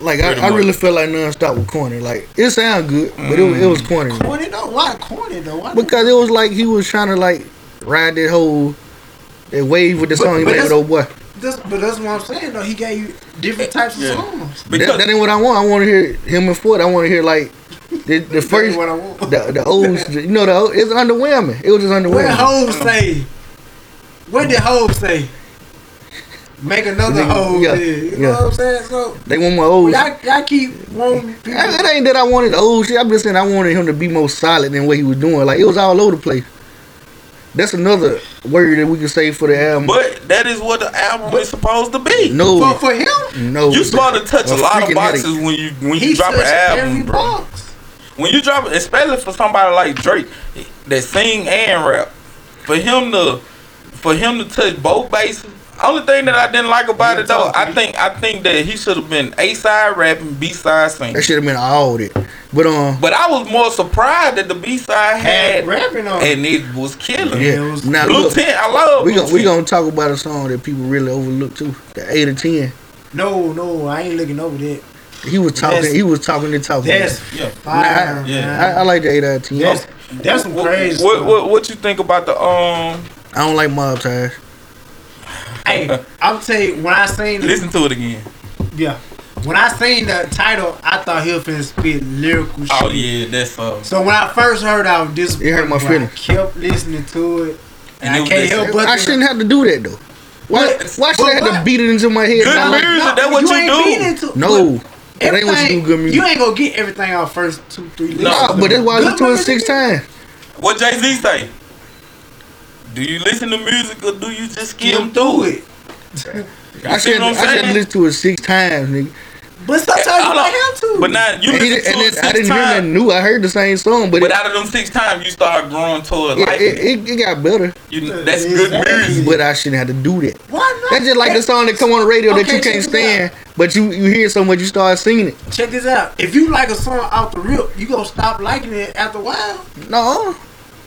Like I,
Pretty
I
much.
really felt like nonstop was corny. Like it sounded good, but it was, it was corny.
corny though. Why corny though? Why
Because it was like he was trying to like ride that whole that wave with the
But-
song he
but
made with
that's-
old boy.
That's, but that's what I'm saying though. He gave you different types of
Yeah.
songs.
That,
Because
that ain't what I want. I want to hear him and Ford. I want to hear like the, the first,
what I want.
the the old, you know, the old, it's underwhelming. It was just
What did
underwhelming.
Hov say? What did Hov say? make another
Nigga,
old
yeah,
nigga. You know
yeah.
what I'm saying? So
They want more old.
y'all, y'all keep wanting people.
I- It ain't that I wanted old shit. I'm just saying I wanted him to be more solid than what he was doing. Like it was all over the place. That's another word that we can say for the album.
But that is what the album is supposed to be.
For,
no,
for him,
no.
You start to touch a
A
lot of
freaking
boxes
headache.
when you when you
he
drop an
touched every
album, bro.
box.
When you drop, especially for somebody like Drake that sing and rap, for him to for him to touch both bases. Only thing that I didn't like about it though, I think I think that he should have been A side rapping, B side singing.
That should have been all that. But um,
But I was more surprised that the B side had
Had rapping on. it.
and it was killing.
yeah.
it was-
Now
Blue
look,
Tent, I love
we
Blue
gonna we
Tent.
gonna talk about a song that people really overlook too. The eight or ten.
No, no, I ain't looking over that.
He was talking.
That's-
he was talking and talking.
That's
Yeah.
fire,
Nah,
yeah.
I,
man.
I like the eight out of ten.
that's that's some
What-
crazy.
What,
stuff.
what what you think about the um?
I don't like mob ties.
Hey, I'm tell you when I seen this,
Listen to it again.
yeah, when I seen the title, I thought he was finna spit lyrical shit.
Oh yeah, that's uh.
So when I first heard, I was disappointed.
It hurt my
but I
feelings.
kept listening to it,
And
and,
it
I
was
can't
just-
help but
I shouldn't have to do that though. Why?
But-
Why should I have to
but-
beat it into my head?
Good
Nah,
lyrics. That what you do.
do.
No, that ain't what you do. Good music.
You ain't gonna get everything off first two, three.
No,
Nah,
listens.
but that's why I
Good
listened to it
music-
six times.
What Jay Z say? Do you listen to music or do you just
Get
skim
him through
through it?
it.
You
I
see
should
what I'm
I should
saying?
listen to it six times, nigga.
But sometimes you
Hold on.
might have to.
But now you
And,
listen
it, and
to it
it, I
six
didn't hear nothing
times.
new. I heard the same song, but,
But
it,
out of them six times, you start growing toward
it,
like
it, it, it got better.
you, that's good music.
But I shouldn't have to do that.
why not?
That's just like the song that come on the radio that
Okay,
you can't
check it
stand, but you you hear it so much you start singing it.
Check this out. If you like a song off the rip, you gonna stop liking it after a while.
No,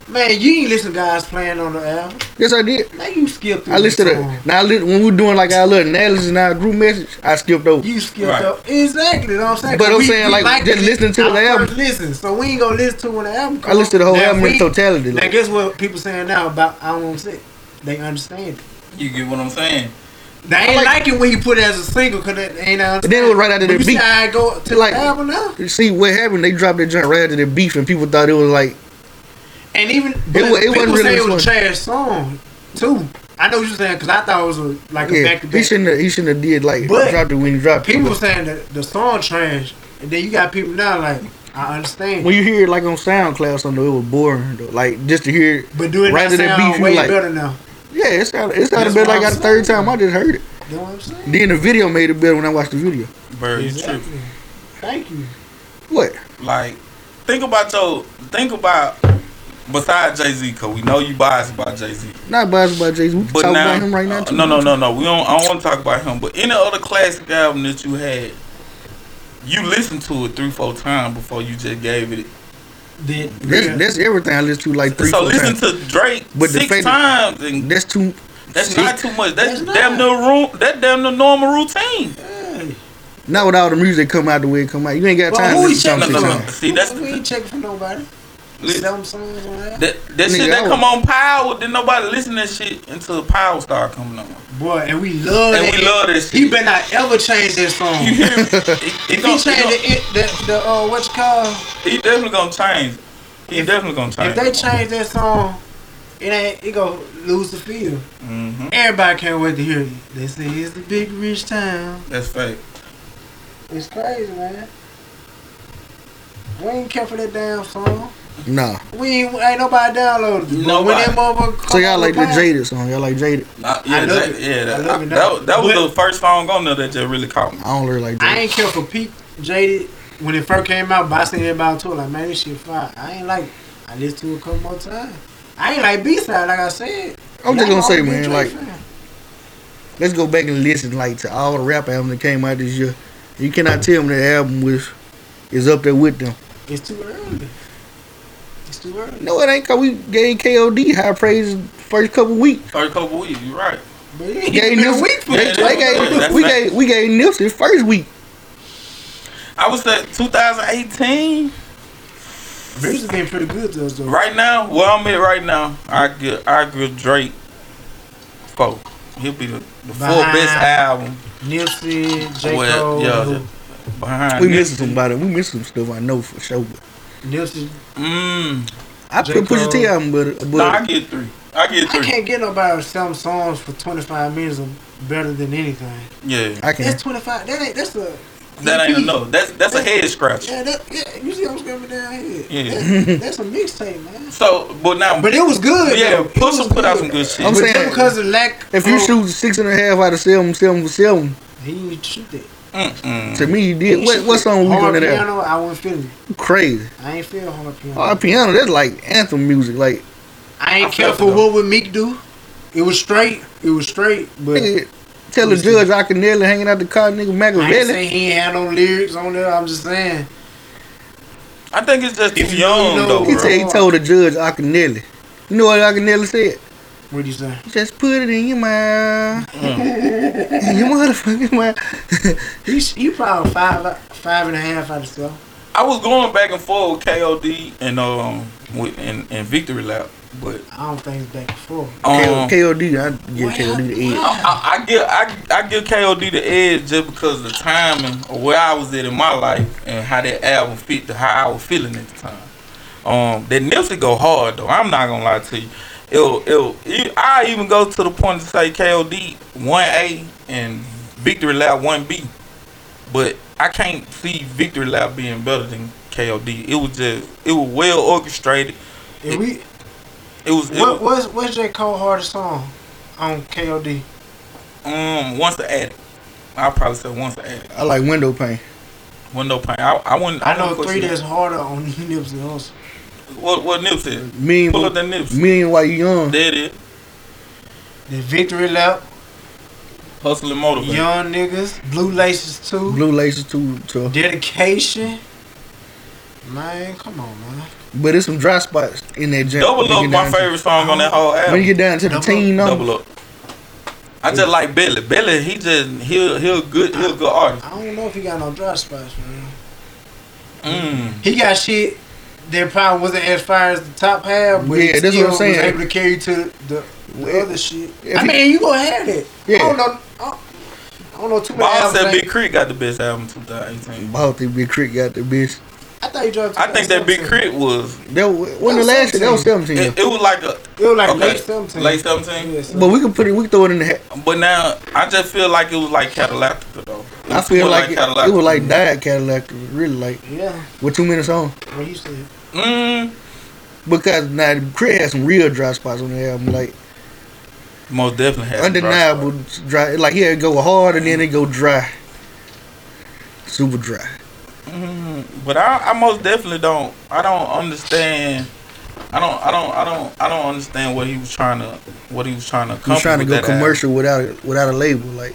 Man, you ain't listen to guys playing on the album.
yes I did.
Now you skip through
I listened
the
to
song.
it. Now I li- when we were doing like our little analysis and our group message, I skipped over.
You skipped
Right.
up. Exactly. You know what I'm saying?
But I'm
We-
saying,
we
like, just
it
listening to
our
the album.
first Listen. So we ain't gonna listen to when the album
I
comes.
listened to the whole album in
we-
totality.
Now
Like,
guess what people saying now about I won't sit. They understand it.
You get what I'm saying?
They ain't
like-
like, it when you put it as a single because it ain't out.
But then it was right after
But
that
you
beat.
see how I go to
Like-
the album now,
see what happened? They dropped that joint right after the beef, and people thought it was like
and even it,
wa- it wasn't
people
really
say it
this
was a trash song too. I know what you're saying because I thought it was a, like a
yeah,
back to
he
back.
shouldn't have, he shouldn't have did like
But
dropped it when he dropped it.
People saying that the song trash, and then you got people now like I understand.
When you hear it like on SoundCloud, or something it was boring. Though. Like just to hear it,
But doing
Rather
that
than
sound
beef, you
way
like-
better now.
yeah, it sounded it sounded
That's
better
what
like
I'm
the third
saying.
time I just heard it.
You know what I'm saying?
Then the video made it better when I watched the video.
Bird, you tripping.
Exactly. Thank you.
What?
Like, think about your, think about, besides Jay Z, because we know you biased about Jay Z.
Not biased by Jay Z. We can
But
talk
now,
about him right now.
uh,
Too.
no, no, no, no. We don't. I don't want to talk about him. But any other classic album that you had, you listened to it three, four times before you just gave it.
Did
That's,
yeah.
that's everything I listen to like three.
so
four
listen
times.
to Drake
But the
six
fact-
times, and
that's too.
that's
six.
not too much. That's,
That's not.
damn near room. That damn near normal routine.
Not with all the music come out the way it come out. You ain't got
Well,
time
who
to
we
listen to
checking
six
for?
times.
See, that's-
we ain't checking for nobody.
Listen.
Some songs on that.
That, that
Nigga,
shit that
I
come on Power, then nobody listen to that shit until Power start coming on.
Boy, and we love
And
Oh, that.
we love that
He
shit.
better not ever change that song.
You hear me? It-
if
it
he
gon- it
change
gon-
the, it, the, the uh, what you call,
He definitely gonna change. He
If-
definitely gonna
if
change.
they change that song, it ain't, it gonna lose the feel.
hmm
Everybody can't wait to hear it. They say it's the big rich town.
That's fake.
It's crazy, man. We ain't care for that damn song.
Nah.
We ain't, ain't nobody downloaded it. But when
Nobody.
that motherfucker
So
come
y'all
on
like
the
the
pod-
Jaded song? Y'all like Jaded?
Uh, yeah,
I love
that,
it.
yeah, that,
I love it now.
that, that was
But-
the first song on there that just really caught me.
I don't really like
I
Jaded.
ain't care for Pete Jaded when it first came out, but I seen everybody too. Like, man, this shit fire. I ain't like it. I listened to it a couple more times. I ain't like B side, like I said.
I'm just
Y'all
gonna say,
know I'm a
man,
Drake
like-
fan.
Let's go back and listen like to all the rap albums that came out this year. You cannot tell me that album was is up there with them.
it's too early. It's too early.
No, it ain't cause we gave KOD high praise first couple weeks.
First couple weeks, you right.
But it ain't
Gave
been a
Nipsey-
week for
they-
that.
they gave-
That's
we
not-
gave we gave Nipsey first week.
I would say 2018.
Music been pretty good to us though.
Right now, where I'm at right now, I give I give Drake four. He'll be the, the four
Behind
best album.
Nipsey, J.
Well,
Cole,
yeah, Behind
We
Nipsey.
missing somebody. We missing some stuff I know for sure. But
Nipsey.
Mm,
I
J.
put Pusha T
Cole.
album, but
no, I
but
get three. I get
I
three.
can't get nobody to sell songs for 25 minutes of better than anything.
Yeah,
I can.
That's twenty five. That ain't. That's a.
that ain't enough. That's that's a head scratch.
Yeah, that, yeah. You see, I'm screaming down here.
Yeah.
That, that's a mixtape, man.
So, but now,
But it was good.
yeah,
though. It was
Pusha put out some
though.
good shit.
I'm
But
saying-
just because of lack.
If you
of-
shoot six and a half out of seven, seven, seven,
he didn't shoot that.
Mm-mm.
to me you did. What what song we
Hard
going to there?
piano, I wasn't feeling. it.
Crazy.
I ain't feel hard piano.
Hard piano. That's like anthem music. Like
I ain't
I
care
felt
for
it,
what would Meek do. It was straight. It was straight. But I
nigga, tell the judge I can nearly hanging out the car, nigga
ain't
Machiavelli.
saying he ain't had no lyrics on there. I'm just saying.
I think it's just
If
too
you know,
young
you know.
though,
He
bro.
said he told the judge I can nearly. You know what I can nearly said?
What do you say?
Just put it in your mouth.
Mm.
in your motherfucking mouth.
He sh- he probably five five and a half out of seven.
I was going back and forth with KOD and um with and, and Victory Lap, but
I don't think it's back and forth.
um,
KOD, I give KOD the edge.
I, I give I, I give KOD the edge just because of the timing of where I was at in my life and how that album fit to how I was feeling at the time. Um, that Nipsey go hard though. I'm not gonna lie to you. It'll, it'll, it- I even go to the point to say KOD one A and Victory Lap one B, but I can't see Victory Lap being better than KOD. It was just it was well orchestrated.
If we
It was, it was
what what's what's J Cole hardest song on KOD?
um once the addict. I'll probably say once the addict.
I like window pane.
Window pane. I, I wouldn't.
I know
wouldn't
three
question
that's harder on Nipsey Hussle.
it. What what Nipsey?
Me
Pull up
and,
that Nipsey.
me and while you young.
That it.
The Victory Lap,
Hustle and motivate.
Young Niggas, Blue Laces Two,
Blue laces too, too.
Dedication. Man, come on, man.
But it's some dry spots in that jam.
Double
When you
up.
get
My
down to-
favorite song on that whole
When you
album.
get down to the
Double
teen number,
Double up. I just like Billy. Billy, he just he'll he'll good he'll good artist.
I don't know if he got no dry spots, man.
Mm.
He got shit that probably wasn't as fire as the top half, but
Yeah,
yeah,
that's what
still
I'm
was
saying.
able to carry to the, the
Well,
other shit.
if
I
he-
mean, you gonna have it. I
Yeah.
don't know. I don't- I don't know too many
Bob
albums.
said
that-
Big Creek got the best album 2018.
bought the big crick got the bitch.
I thought you dropped.
I think that Big
2017.
Creek was
That was, when the
was
last year, that was seventeen.
it, it was like a
It was like
Okay.
late seventeen.
Late 17?
Yeah, so-
but we can put it. We can throw it in the hat.
but now I just feel like it was like Catalactica though. It
I
was
feel
more
like, it,
Catalactica.
it was like died Cadillac. Really like
yeah,
with two minutes on
what you said.
mm,
because now the crick had some real dry spots on the album. Like
most definitely had some dry
undeniable
spots.
dry. Like here it go hard and then it go dry. Super dry.
Mm, But I, I most definitely don't. I don't understand. I don't. I don't. I don't. I don't understand what he was trying to. What he was trying to.
I'm
accomplish
trying to
with
go
that
commercial without it- without a label. Like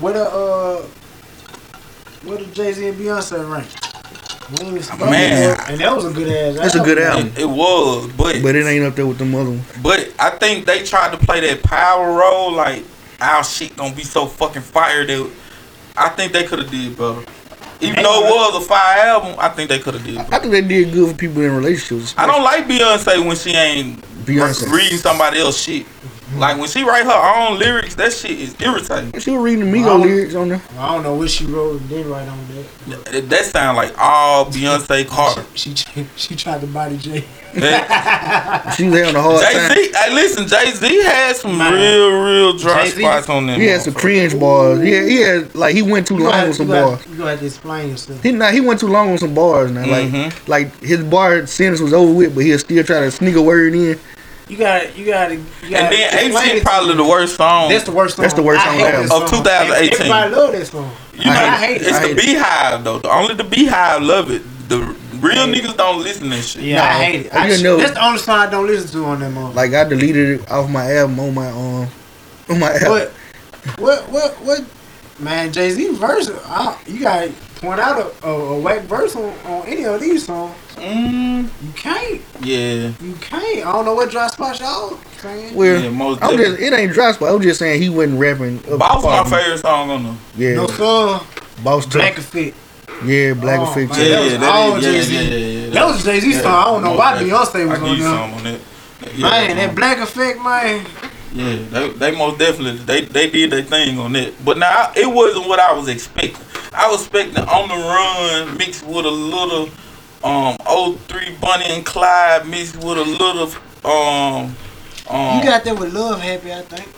What a uh, what did Jay Z and Beyonce rank? We ain't even spoke
Man.
about it. and that was a good ass.
that's a good
album.
album,
It, it was, but
but
but,
it ain't up there with them other ones.
I think they tried to play that power role. Like our shit gonna be so fucking fire that I think they could have did better. Even though it was a fire album, I think they could have did.
I
Better.
think they did good for people in relationships.
I don't like Beyonce when she ain't
Beyonce.
reading somebody else shit. Like when she write her own lyrics, that shit is irritating.
She was reading the Migo
Wow.
lyrics on there.
I don't know what she wrote and did right on that.
That, that sound like all Beyonce Carter.
She she, she tried to body Jay.
Jay
She was having a hard time.
Z, hey, listen, Jay Z had some
Man.
real, real dry
Jay-Z.
spots on them.
He had some cringe bars. He had, he had like he went too
You
long
gotta-
with some
you gotta-
bars.
You gonna have to explain yourself.
He not he went too long on some bars now. Like
Mhm.
like his bar sentence was over with, but he'll still try to sneak a word in.
You gotta you gotta. You gotta
And then
explain it
18
to
probably
me.
the worst song.
That's the worst song.
That's the worst
I
song
hate
ever.
this
Of
song.
2018.
Everybody love that song.
you know,
I
hate it.
it's
I hate
the
it.
Beehive though. The only the Beehive love it. The real niggas don't listen to that shit.
Yeah, I hate it.
I
I
didn't
sh-
know.
That's the only song I don't listen to on that motherfucker.
Like I deleted it off my album on my um on my album.
But what what what man Jay Z verse I, you gotta point out a, a, a whack verse on, on any of these songs.
Mm,
You can't.
yeah.
You can't. I don't know what dry spot y'all saying.
Well,
Yeah, most
I'm just
definitely.
it ain't dry spot. I'm just saying he wasn't rapping. up to
Boss
par.
was my favorite song on them.
Yeah,
No song.
boss
Black
Black.
Effect.
Yeah, black
Oh,
effect.
man,
Yeah,
that was
that
all
is- yeah,
Jay-Z.
yeah, yeah, yeah, yeah.
That was Jay Z song. I don't know why Beyonce was
I give
on
you
there.
some on that. Yeah,
Man, that Black Effect, man.
Yeah, they, they most definitely they, they did their thing on it. But now I- it wasn't what I was expecting. I was expecting on the run mixed with a little um 03 Bunny and Clyde mixed with a little um um
You got that with Love Happy, I think.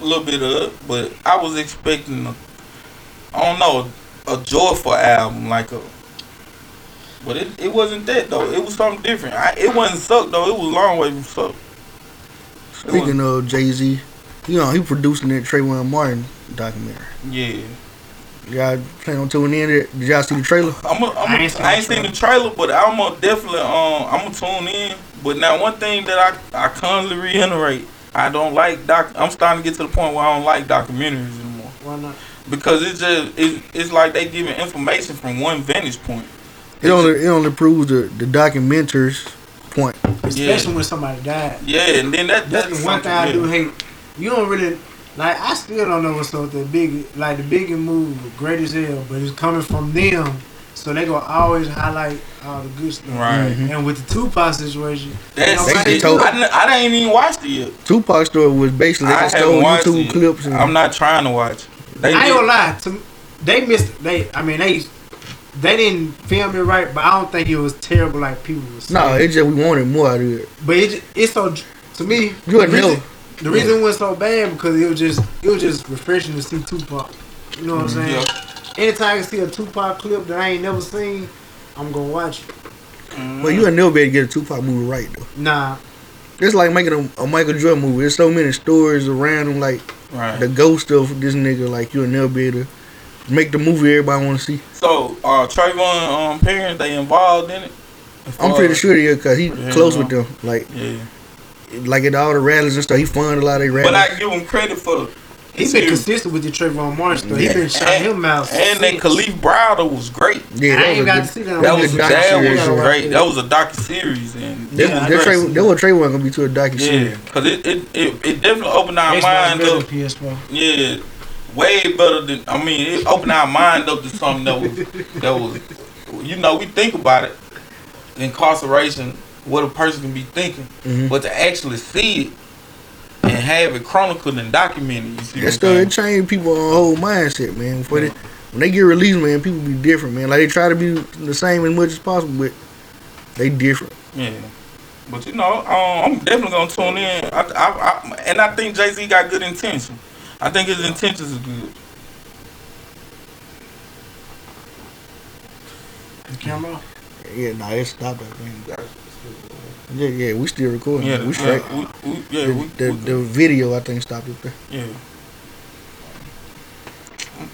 a little bit up, but I was expecting a, I don't know, a joyful album like a. But it, it wasn't that though. It was something different. I, it wasn't suck though. It was a long way from suck. It
Speaking of Jay Z, you know he producing that Trayvon Martin documentary.
was- yeah.
Y'all plan on tuning in? Did y'all see the trailer?
I'm a, I'm a, I ain't, I ain't seen the trailer, but I'm a definitely um I'm gonna tune in. But now one thing that I I constantly reiterate, I don't like doc. I'm starting to get to the point where I don't like documentaries anymore
Why not?
because it's just it's, it's like they giving information from one vantage point.
It only it only proves the the documentary's point.
Especially when somebody died.
Yeah, and then that
That's
that's,
the one thing I do hate. You don't really like. I still don't know what's up with the big, like the biggest move, was great as hell, but it's coming from them. So they gonna always highlight all the good stuff.
Right.
And with the Tupac situation,
Mm-hmm. That's,
They
that's
just
it.
told-
I, didn't- I didn't even watch it yet.
Tupac story was basically
I
I
haven't
stole
watched
YouTube
it.
clips. And
I'm not trying to watch. They
I ain't
did-
gonna lie. To, they missed. They. I mean, they. They didn't film it right, but I don't think it was terrible like people were saying.
No, it's just we wanted more out of it.
but it, it's so. To me,
You
the
a
reason,
nigga.
the reason it was so bad because it was just it was just refreshing to see Tupac. You know what I'm saying?
Mm-hmm. yeah.
Anytime I see a Tupac clip that I ain't never seen, I'm gonna watch it.
But
Mm.
you ain't never be able to get a Tupac movie right though.
Nah,
It's like making a, a Michael Jordan movie. There's so many stories around him, like
Right.
the ghost of this nigga. Like you'll never be able to make the movie everybody want to see.
So, uh, Trayvon um, parents they involved in it.
I'm pretty sure yeah, cause he
Oh. Yeah,
close
no.
with them. Like
Yeah.
like at all the rallies and stuff, he funded a lot of their rallies.
But I give him credit for
he's
Dude.
been consistent with the Trayvon Martin stuff. He been shouting
and,
him out.
and that
since.
Khalif Browder was great.
yeah,
I
that
ain't
was
got
a-
to see that.
That
That
was
was
a
that
docu-series,
was
though.
great. That was a docu series and
That,
Yeah, I
that,
know
Trey,
it's-
that what Trey was gonna be to a docu series.
yeah, cause it it, it, it definitely opened our
It's not
mind
better
up.
than PS4.
Yeah, way better than I mean it opened our mind up to something that was that was you know we think about it incarceration what a person can be thinking,
Mhm.
but to actually see it and have it chronicled and documented. You see
That
what
stuff
I'm
it changed people on whole mindset, man. Before they, when they get released, man, people be different, man. Like they try to be the same as much as possible, but they different.
Yeah, but you know, um, I'm definitely gonna tune in. I, I, I, and I think Jay Z got good intention. I think his intentions is good.
The camera.
Yeah, nah, it stopped. I think. Yeah, yeah, we still recording.
Yeah,
we
yeah,
straight.
we, we, yeah,
the,
we,
the,
we-
the video, I think, stopped up there.
yeah.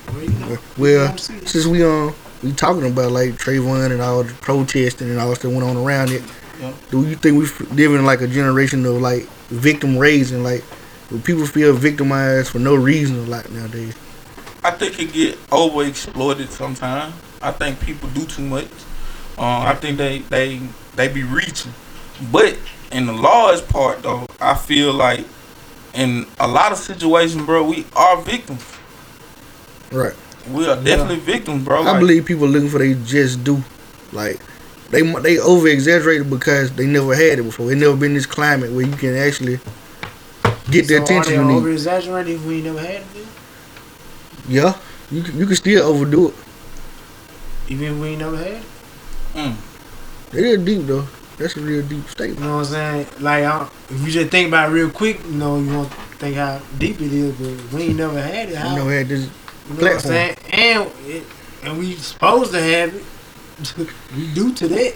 Well, you know,
Well, since we um we talking about like Trayvon and all the protesting and all that went on around it,
Yeah.
do you think we f- live in like a generation of like victim raising, like where people feel victimized for no reason a lot nowadays?
I think it get overexploited sometimes. I think people do too much. Uh, I think they they they be reaching, but in the large part though, I feel like in a lot of situations, bro, we are victims.
Right.
We are definitely victims, bro.
I
Like,
believe people looking for they just do, like they mu- they over exaggerated because they never had it before. They never been in this climate where you can actually get the
so
attention
Are
you
they
need.
over exaggerating if we ain't never had it? dude?
yeah, you can- you can still overdo it.
Even if we ain't never had it?
It is deep though. That's a real deep
You
statement.
know what I'm saying? Like, I, if you just think about it real quick, you know, you won't think how deep it is, but we ain't never had it. How,
You know, had this
You know what I'm
platform.
saying? And it, and we supposed to have it. we do to that.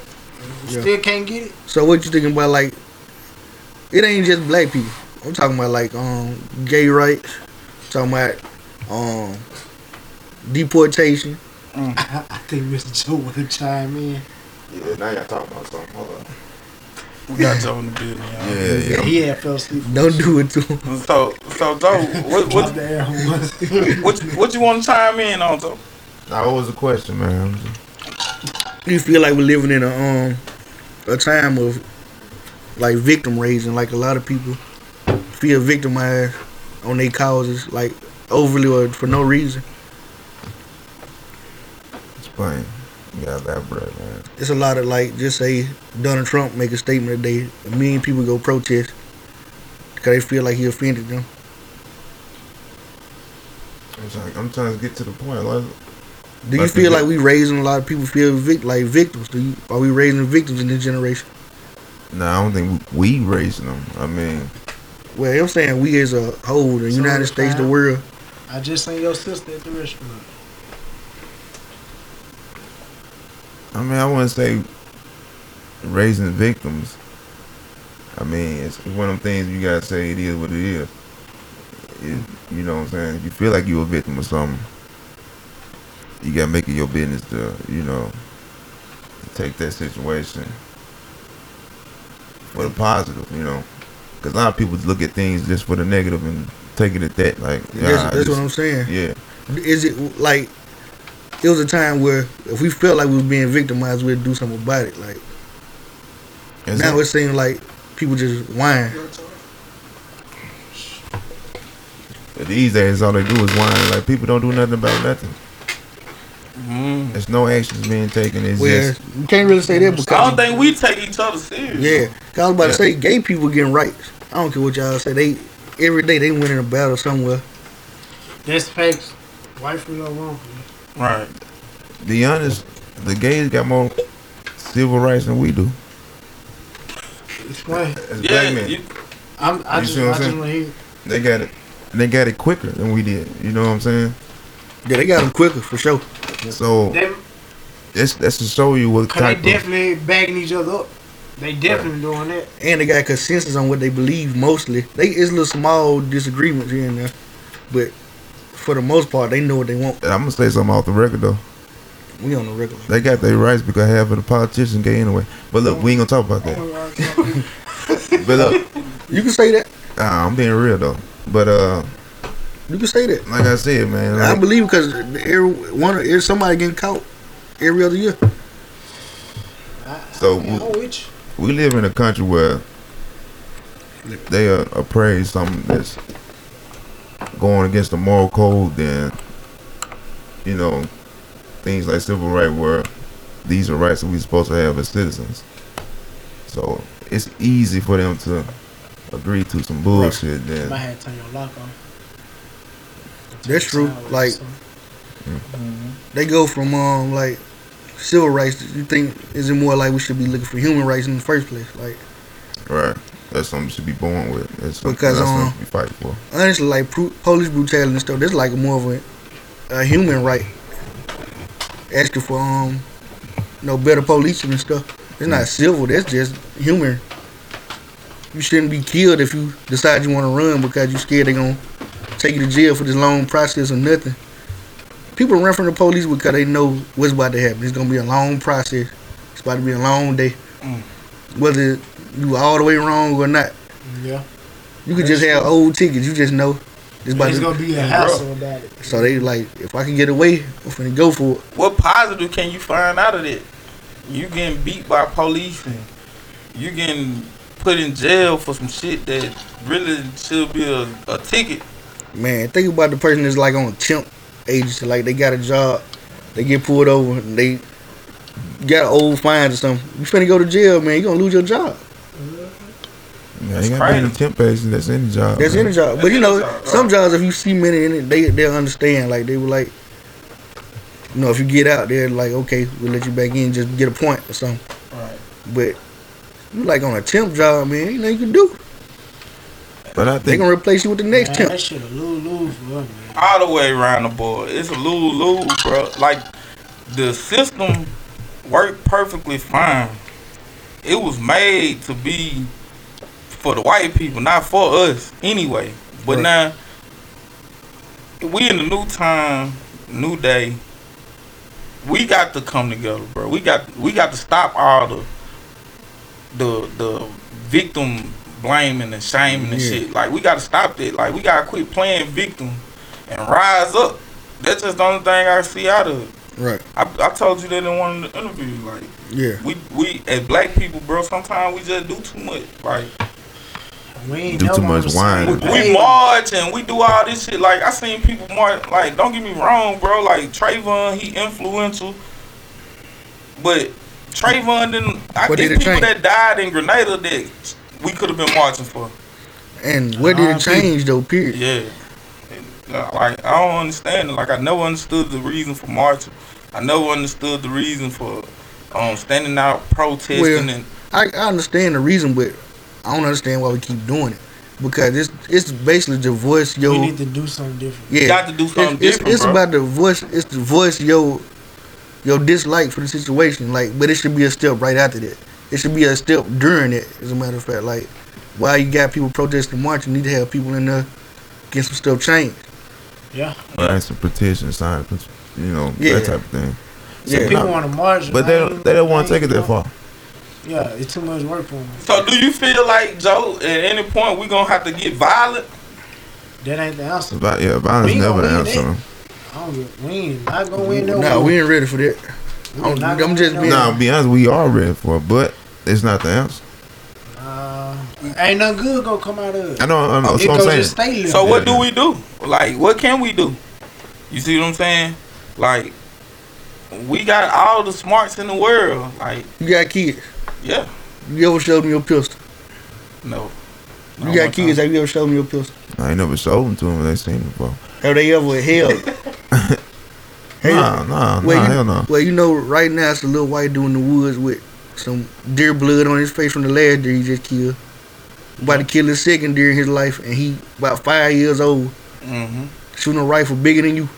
We
Yeah.
Still can't get it.
So what you thinking about like it ain't just black people. I'm talking about like um gay rights, talking about um deportation.
I, I think Mr. Joe would chime in.
Yeah, now y'all talking about something. Hold on.
we got Joe in the building. y'all.
Yeah, yeah.
He had fell asleep.
Don't do it to 'em.
So, so Joe, what
Dropped
what
the air once.
what, you- what you want to chime in on, Joe?
Now, what was the question, man?
You feel like we're living in a um a time of like victim raising, like a lot of people feel victimized on their causes, like overly or for no reason.
Explain. You gotta elaborate, man.
It's a lot of like just say Donald Trump make a statement today, a million people go protest because they feel like he offended them.
I'm trying, I'm trying to get to the point. Like,
Do you
That's
feel
the-
like we raising a lot of people feel vic- like victims? Do you, are we raising victims in this generation?
no, I don't think we, we raising them. I mean,
Well, I'm saying we as a whole, the
So,
United States, the
fam.
world.
I just seen your sister at the restaurant.
I mean, I wouldn't say raising victims. I mean, it's one of them things you gotta say it is what it is. It, you know what I'm saying? If you feel like you're a victim of something, you gotta make it your business to, you know, take that situation for the positive, you know. Because a lot of people look at things just for the negative and take it at that. Like, yeah, I
that's that's what
just-
I'm saying.
yeah.
Is it like it was a time where if we felt like we were being victimized, we'd do something about it. Like
That's
now,
it.
it seems like people just whine.
These days, all they do is whine. Like people don't do nothing about nothing.
Mm.
There's no actions being taken. It's
Well,
just
you can't really say that
I don't
because
think we take each other serious.
yeah, 'Cause I was about to
Yeah.
say gay people getting rights. I don't care what y'all say. They every day they winning a battle somewhere.
That's Pape's wife or no wrong.
Right.
be honest. The gays got more civil rights than we do
Explain.
as
Yeah.
black men.
you-
I'm, I
You
just,
see what
I
I'm
just
saying?
want to hear.
they got it. They got it quicker than we did. You know what I'm saying?
Yeah, they got them quicker for sure.
So
They,
that's that's to show you what
cause they
type of
definitely bagging each other up. They definitely doing that.
and they got consensus on what they believe mostly. They it's little small disagreements here and there, but for the most part, they know what they want.
and I'm gonna say something off the record though.
We on the regular.
They got their rights because half of the politicians gay anyway. But look, we ain't gonna talk about that. But look,
You can say that.
nah, I'm being real though. But uh,
You can say that.
like I said, man,
I
like,
believe because every one, every, somebody getting caught every other year.
so
Oh, which?
we live in a country where they uh, appraise something that's going against the moral code then you know things like civil right where these are rights that we're supposed to have as citizens so it's easy for them to agree to some bullshit
I
then
might have to turn your lock on.
That's true.
Sound
Like
so-
they go from um like civil rights. You think is it more like we should be looking for human rights in the first place? Like
right that's something you should be born with that's something,
Because,
that's
um,
something you fight for
honestly, like pro- police brutality and stuff. That's like more of a, a human right. Asking for um, you know, better policing and stuff. It's not civil. That's just human. You shouldn't be killed if you decide you want to run because you scared they're gonna take you to jail for this long process or nothing. People run from the police because they know what's about to happen. It's gonna be a long process. It's about to be a long day. Whether you all the way wrong or not,
Yeah.
you could just have old tickets. You just know it's about
It's
to.
gonna be a hassle about it.
So they like, if I can get away, I'm finna go for it.
What positive can you find out of that? You getting beat by police and you getting put in jail for some shit that really should be a, a ticket.
Man, think about the person that's like on chimp agency. Like they got a job, they get pulled over, and they got old fines or something. You finna go to jail, man. You gonna lose your job.
yeah, you got
crazy.
many temp patients that's in the job
That's
man.
any job. But you
That's
know,
any job,
some jobs if you see many in it, they they'll understand. Like they were like, you know, if you get out there, like okay, we'll let you back in, just get a point or something.
Right.
But you like on a temp job, man. Ain't nothing you can do.
but i
They
think
gonna replace you with the next
Man,
temp.
that shit a lose lose for us, man.
All the way around the board. It's a lose lose, bro. Like the system worked perfectly fine. It was made to be for the white people, not for us anyway. But
Right.
now we in a new time, new day. We got to come together, bro. We got we got to stop all the the the victim blaming and shaming and
Yeah.
shit. Like we got to stop that. Like we got to quit playing victim and rise up. That's just the only thing I see out of it.
Right.
I, I told you that in one of the interviews. Like
Yeah.
we we as black people, bro, sometimes we just do too much. Like
We ain't
Do
never
too
on
much
the same
whining.
we
page.
march and we do all this shit. Like I seen people march. Like don't get me wrong, bro. Like Trayvon, he influential, but Trayvon didn't. I
What
think
did it
people
change?
that died in Grenada that we could have been marching for.
And what did it change though? Period.
Yeah. And, uh, Like I don't understand it. Like I never understood the reason for marching. I never understood the reason for um standing out protesting
Well,
and
I, I understand the reason, but I don't understand why we keep doing it. because it's it's basically to voice your
We need to do something different.
yeah.
Got to do something
it's,
different,
It's, it's
bro.
about the voice. It's the voice your your dislike for the situation. Like, but it should be a step right after that. It should be a step during it. As a matter of fact, like while you got people protesting, marching, you need to have people in there get some stuff changed.
Yeah.
Like some petition sign, pet- you know,
Yeah.
that type of thing.
So
Yeah.
people want to march.
But they don't, they don't want to take it that far.
Yeah, it's too much work for them.
So do you feel like Joe? At any point, we gonna have to get violent?
That ain't the answer.
But yeah, violence
We
never the
gonna win
answer.
I don't get, we ain't not gonna win no.
No,
war.
we ain't ready for that.
We
I'm-
not
I'm
gonna
just
win
being-
Now,
war.
to be honest, we are ready for it, but it's not the answer.
Uh, ain't nothing good gonna come out of it.
I know, I know that's
it
what
gonna
I'm
just
saying.
stay little.
So what do
Yeah.
we do? Like, what can we do? You see what I'm saying? Like, we got all the smarts in the world. Like,
You got kids.
yeah,
You ever showed them your pistol?
no.
You
Not one
got kids.
time.
Have you ever showed them your pistol?
I ain't never showed them to them. They seen it before.
Have they ever held? it? Hell.
Nah, nah, nah,
Well, you,
hell no.
well, you know, right now it's a little white dude in the woods with some deer blood on his face from the last deer he just killed. About to kill his second deer in his life, and he about five years old,
Mhm.
shooting a rifle bigger than you.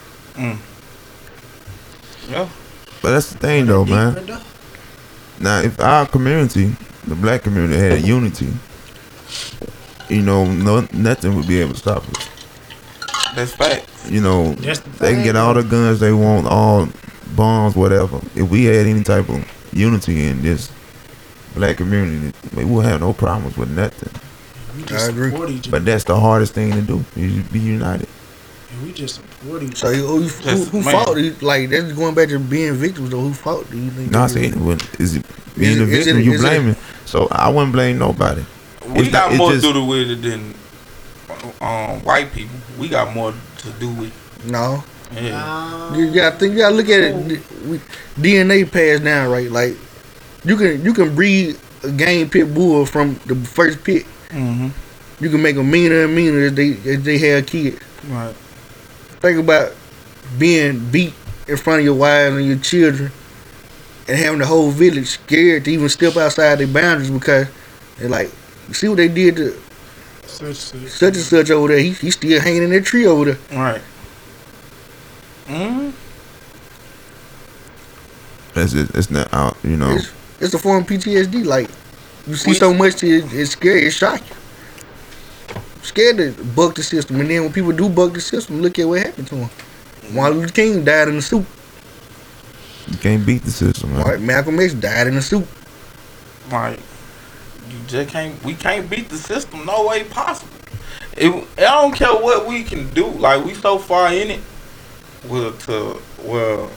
But that's the thing, though, man. Now, if our community, the black community, had unity, you know, no, nothing would be able to stop us.
That's fact.
You know,
That's the
they can get
thing.
all the guns they want, all bombs, whatever. If we had any type of unity in this black community, we would have no problems with nothing.
We just
I agree.
support each other.
But that's the hardest thing to do. You be united.
And we just support each
So
other.
who, who,
That's-
who
man.
fought? You? Like that's going back to being victims. Though who fought? Do you think?
No, I see. Well, is it
Is
being
it-
the
is
victim?
it-
You
is it-
blaming. So I wouldn't blame nobody.
We
It's-
got
it's
more
just-
to do with it than um, white people. We got more to do with.
No,
Yeah.
Um,
you got think. You got to look at it. We, DNA passed down, right? Like you can you can breed a game pit bull from the first pit.
Mhm.
You can make them meaner and meaner as they as they have kids.
Right.
think about being beat in front of your wives and your children and having the whole village scared to even step outside their boundaries because they're like, "You see what they did to
such, such,
such and such over there. He, he still hanging in that tree over there.
Right. Mhm.
That's it. It's not out. You know.
It's, it's a form of PTSD. Like, you see
We-
so much, to it, it's scary, it's shocking. Scared to buck the system, and then when people do buck the system, look at what happened to them. Martin Luther King died in the soup.
You can't beat the system. Man.
All right, Malcolm X died in the soup.
Like you just can't. We can't beat the system. No way possible. It, I don't care what we can do. Like we so far in it. Well, to well,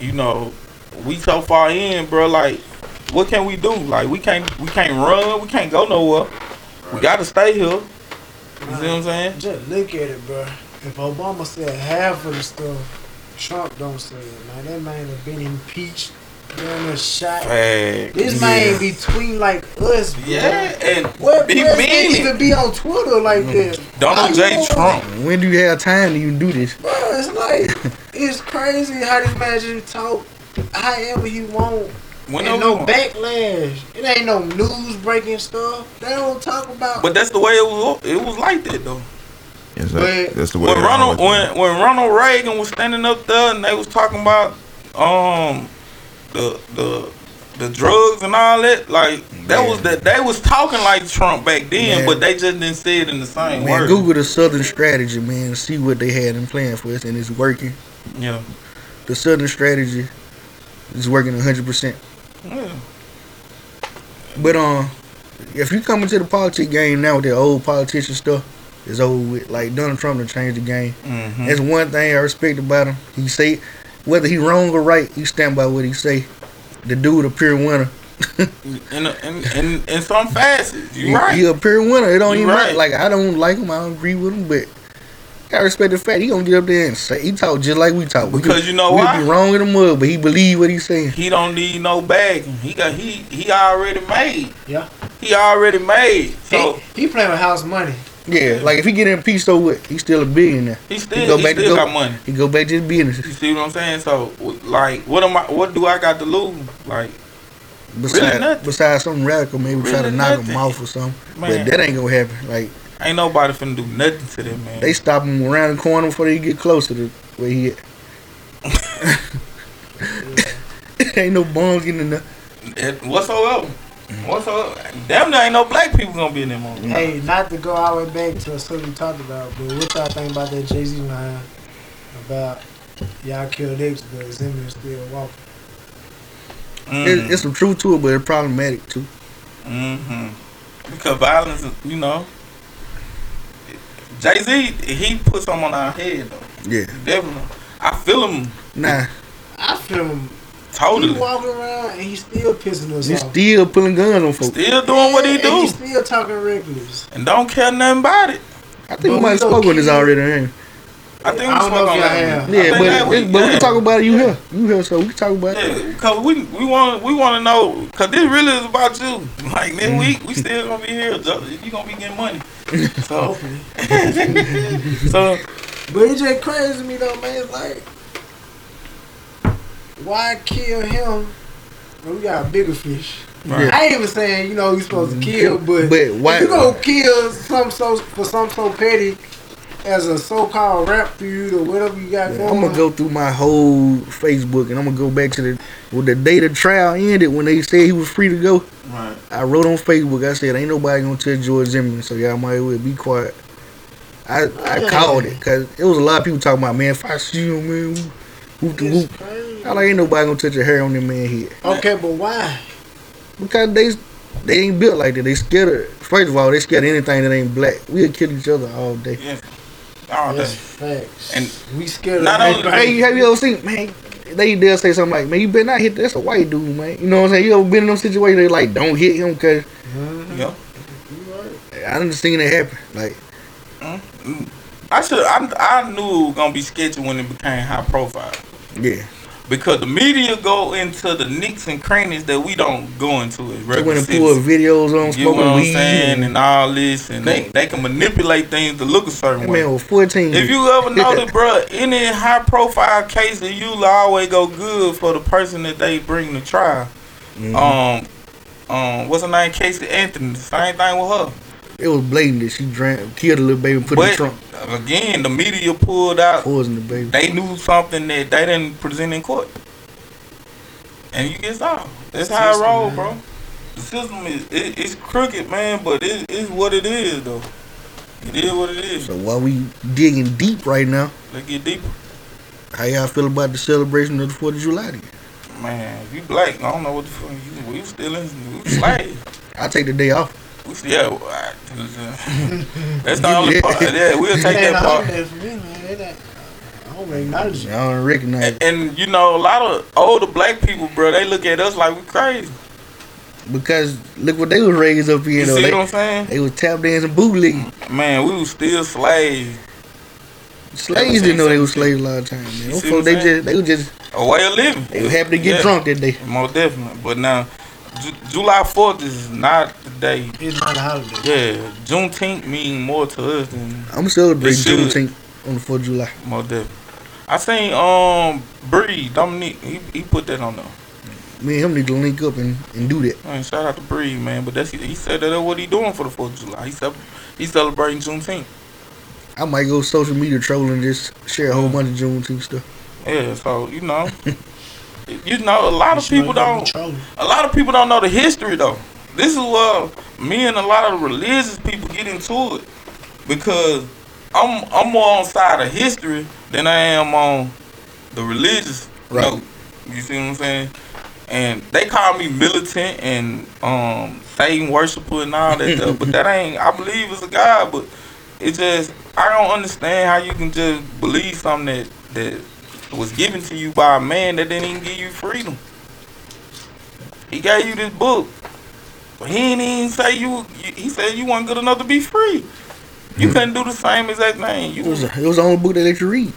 you know, we so far in, bro. Like, what can we do? Like we can't. We can't run. We can't go nowhere. We gotta stay here. You see what I'm saying?
Just look at it, bro. If Obama said half of the stuff, Trump don't say it. Man, that man have been impeached, damn near shot.
Fact.
This man between like us, bro.
Yeah, and
What
he
president
mean it.
even be on Twitter like
Mm.
this? How
Donald
you
J.
gonna-
Trump.
When do you have time to even do this?
Bro, it's like it's crazy how this man just talk however he want.
When
and
they
no
won.
backlash. It ain't no news breaking stuff. They don't talk about.
But that's the way it was. It was like that though.
It's
But-
like, that's the way.
When
it
Ronald
always
when, when Ronald Reagan was standing up there and they was talking about um the the the drugs and all that, like that was that they was talking like Trump back then,
Man.
but they just didn't say it in the same
Man,
words.
Google the Southern strategy, man, and see what they had in plan for us, and it's working.
Yeah,
The Southern strategy is working 100%.
yeah,
But um, if you come into the politic game now with that old politician stuff, it's old with like Donald Trump to change the game.
hmm
That's one thing I respect about him. He say whether he wrong or right, he stand by what he say. The dude a pure winner.
in, a- in in in some facets, you
He-
right.
He a pure winner. It don't
You
even matter.
right.
Like I don't like him. I don't agree with him, but I respect the fact he gonna get up there and say he talk just like we talk. We
Because
could-
you know
we could
why?
be wrong in the mud, but he believe what he's saying.
He don't need no bagging. He got he he already made.
Yeah.
He already made. So
he, he playing with house money.
Yeah, like if he get in peace, so what? He's still a billionaire.
he
He
still
go
he,
back to
still
go-
got money.
He go back to his
You
business.
see what I'm saying? So w- like, what am I? What do I got to lose? Like.
Besides,
nothing.
besides something radical, maybe try to
Really
knock him
nothing.
off or something.
Man.
But that ain't gonna happen. Like
Ain't nobody finna do nothing to that man.
They stop him around the corner before they get closer to where he at. ain't no bums getting in there.
It- whatsoever. Whatsoever. Damn near ain't no black people gonna be in that movie.
Hey, not to go all the way back to something we talked about, but what y'all think about that Jay Z line about y'all killed X, but Zimmer is still walking?
It, it's some truth to it, but it's problematic too.
Mm-hmm. Because violence, is, you know. Jay Z, he put some on our head though.
Yeah.
Definitely. I feel him
Nah.
I feel him. He
totally.
walking around and he's still pissing us
He's
off.
still pulling guns on folks.
Still doing what he
And
do
he's still talking reckless.
and don't care nothing about it.
I think
But
we
we
might have
don't
spoke on this
care.
already. ain't
I think we
I don't know
spoke
if
on
y'all
that.
have.
one.
we? Yeah,
I think
but,
that we-
it, but we
yeah.
talk about it. You here? You here? So we can talk about it.
Yeah, cause we we want we want to know cause this really is about you. Like next week
Mm.
we still gonna be here. Ju- You gonna be getting money. So
Hopefully.
so
But it just crazy to me though, man. It's like, why kill him? when we got bigger fish.
Right.
I ain't even saying you know you supposed to kill, but,
Mm-hmm. But why-
if you gonna kill some so for some so petty as a so called rap feud or whatever you got going.
I'm gonna go through my whole Facebook and I'm gonna go back to the well, the day the trial ended when they said he was free to go.
right.
I wrote on Facebook. I said, "Ain't nobody gonna tell George Zimmerman, so y'all might as well be quiet." I I called it because it was a lot of people talking about, man, if I see him, man, whoop, whoop, the
It's
whoop.
crazy.
I like ain't nobody gonna touch a hair on that man head
Okay, but why?
because they they ain't built like that. They scared of first of all they scared of anything that ain't black. We'll kill each other all day.
All
That's
day.
facts.
And
we scared
not
of
only-
that.
Hey, have you ever seen man? They they'll say something like, "Man, you better not hit. That's a white dude, man." You know what I'm saying? You ever been in them situations? They like, "Don't hit him," cause
Yeah.
I done seen it happen. Like,
I should I I knew it was gonna be sketchy when it became high profile
yeah,
because the media go into the nicks and crannies that we don't go into as
they
regular
went and pulled
citizens.
videos on
You know what
smoking
I'm
weed.
saying
That
and all this and they they can manipulate things to look a certain way.
man was 14.
If you ever notice, bruh, any high profile case, the usually always go good for the person that they bring to trial.
Mm-hmm.
Um, um, what's her name? Casey Anthony. Same thing with her.
it was blatant that she drank, killed a little baby, and put in the
But
trunk,
again, the media pulled out.
poisoned the baby.
They knew something that they didn't present in court, and you get stopped. That's how it
System,
roll,
man.
bro. The system is it, it's crooked, man, but it, it's what it is, though. It is what it is.
So while we digging deep right now,
Let's get deeper.
how y'all feel about the celebration of the Fourth of July? Then?
Man, if you black, I don't know what the fuck you. We still in we slave.
I take the day off.
We still, yeah, well, I- that's the only part. Yeah, we'll take
Man,
that
I don't
part.
know, man, it ain't- I don't acknowledge
I
it.
don't recognize
And,
it
and, you know, a lot of older black people, bro, they look at us like we crazy.
because look what they was raised up
You
here. Though.
see what
They,
I'm saying?
they was tap dancing, bootlegging.
Man, we was still slaves.
Slaves didn't know they were slaves a lot of times, man.
You
Them folks,
see what I'm
they
saying?
just they were just
A way of living.
they were happy to get
Yeah,
drunk that day.
Most definitely. But now, Ju- July 4th is not the day.
It's not a holiday.
Yeah, Juneteenth mean more to us than
I'm celebrating
They should.
Juneteenth on the Fourth of July.
most definitely. I seen um Bree Dominique. He, he put that on there.
Me and him need to link up and, and do that.
Man, shout out to Breed, man. But that's he said that what he doing for the Fourth of July. He cel- he celebrating Juneteenth.
I might go social media trolling and just share a whole bunch of Juneteenth stuff.
Yeah, so you know, you know, a lot of
She might
people
not be
don't.
trolling.
A lot of people don't know the history though. This is where me and a lot of religious people get into it because I'm I'm more on side of history than I am on the religious
Right.
note. You see what I'm saying? And they call me militant and um Satan worshiper and all that stuff, but that ain't. I believe it's a God, but it just I don't understand how you can just believe something that that was given to you by a man that didn't even give you freedom. He gave you this book, but he didn't even say you. He said you weren't good enough to be free. You couldn't do the same exact thing. You
It was it was the only book Hmm. that let you read.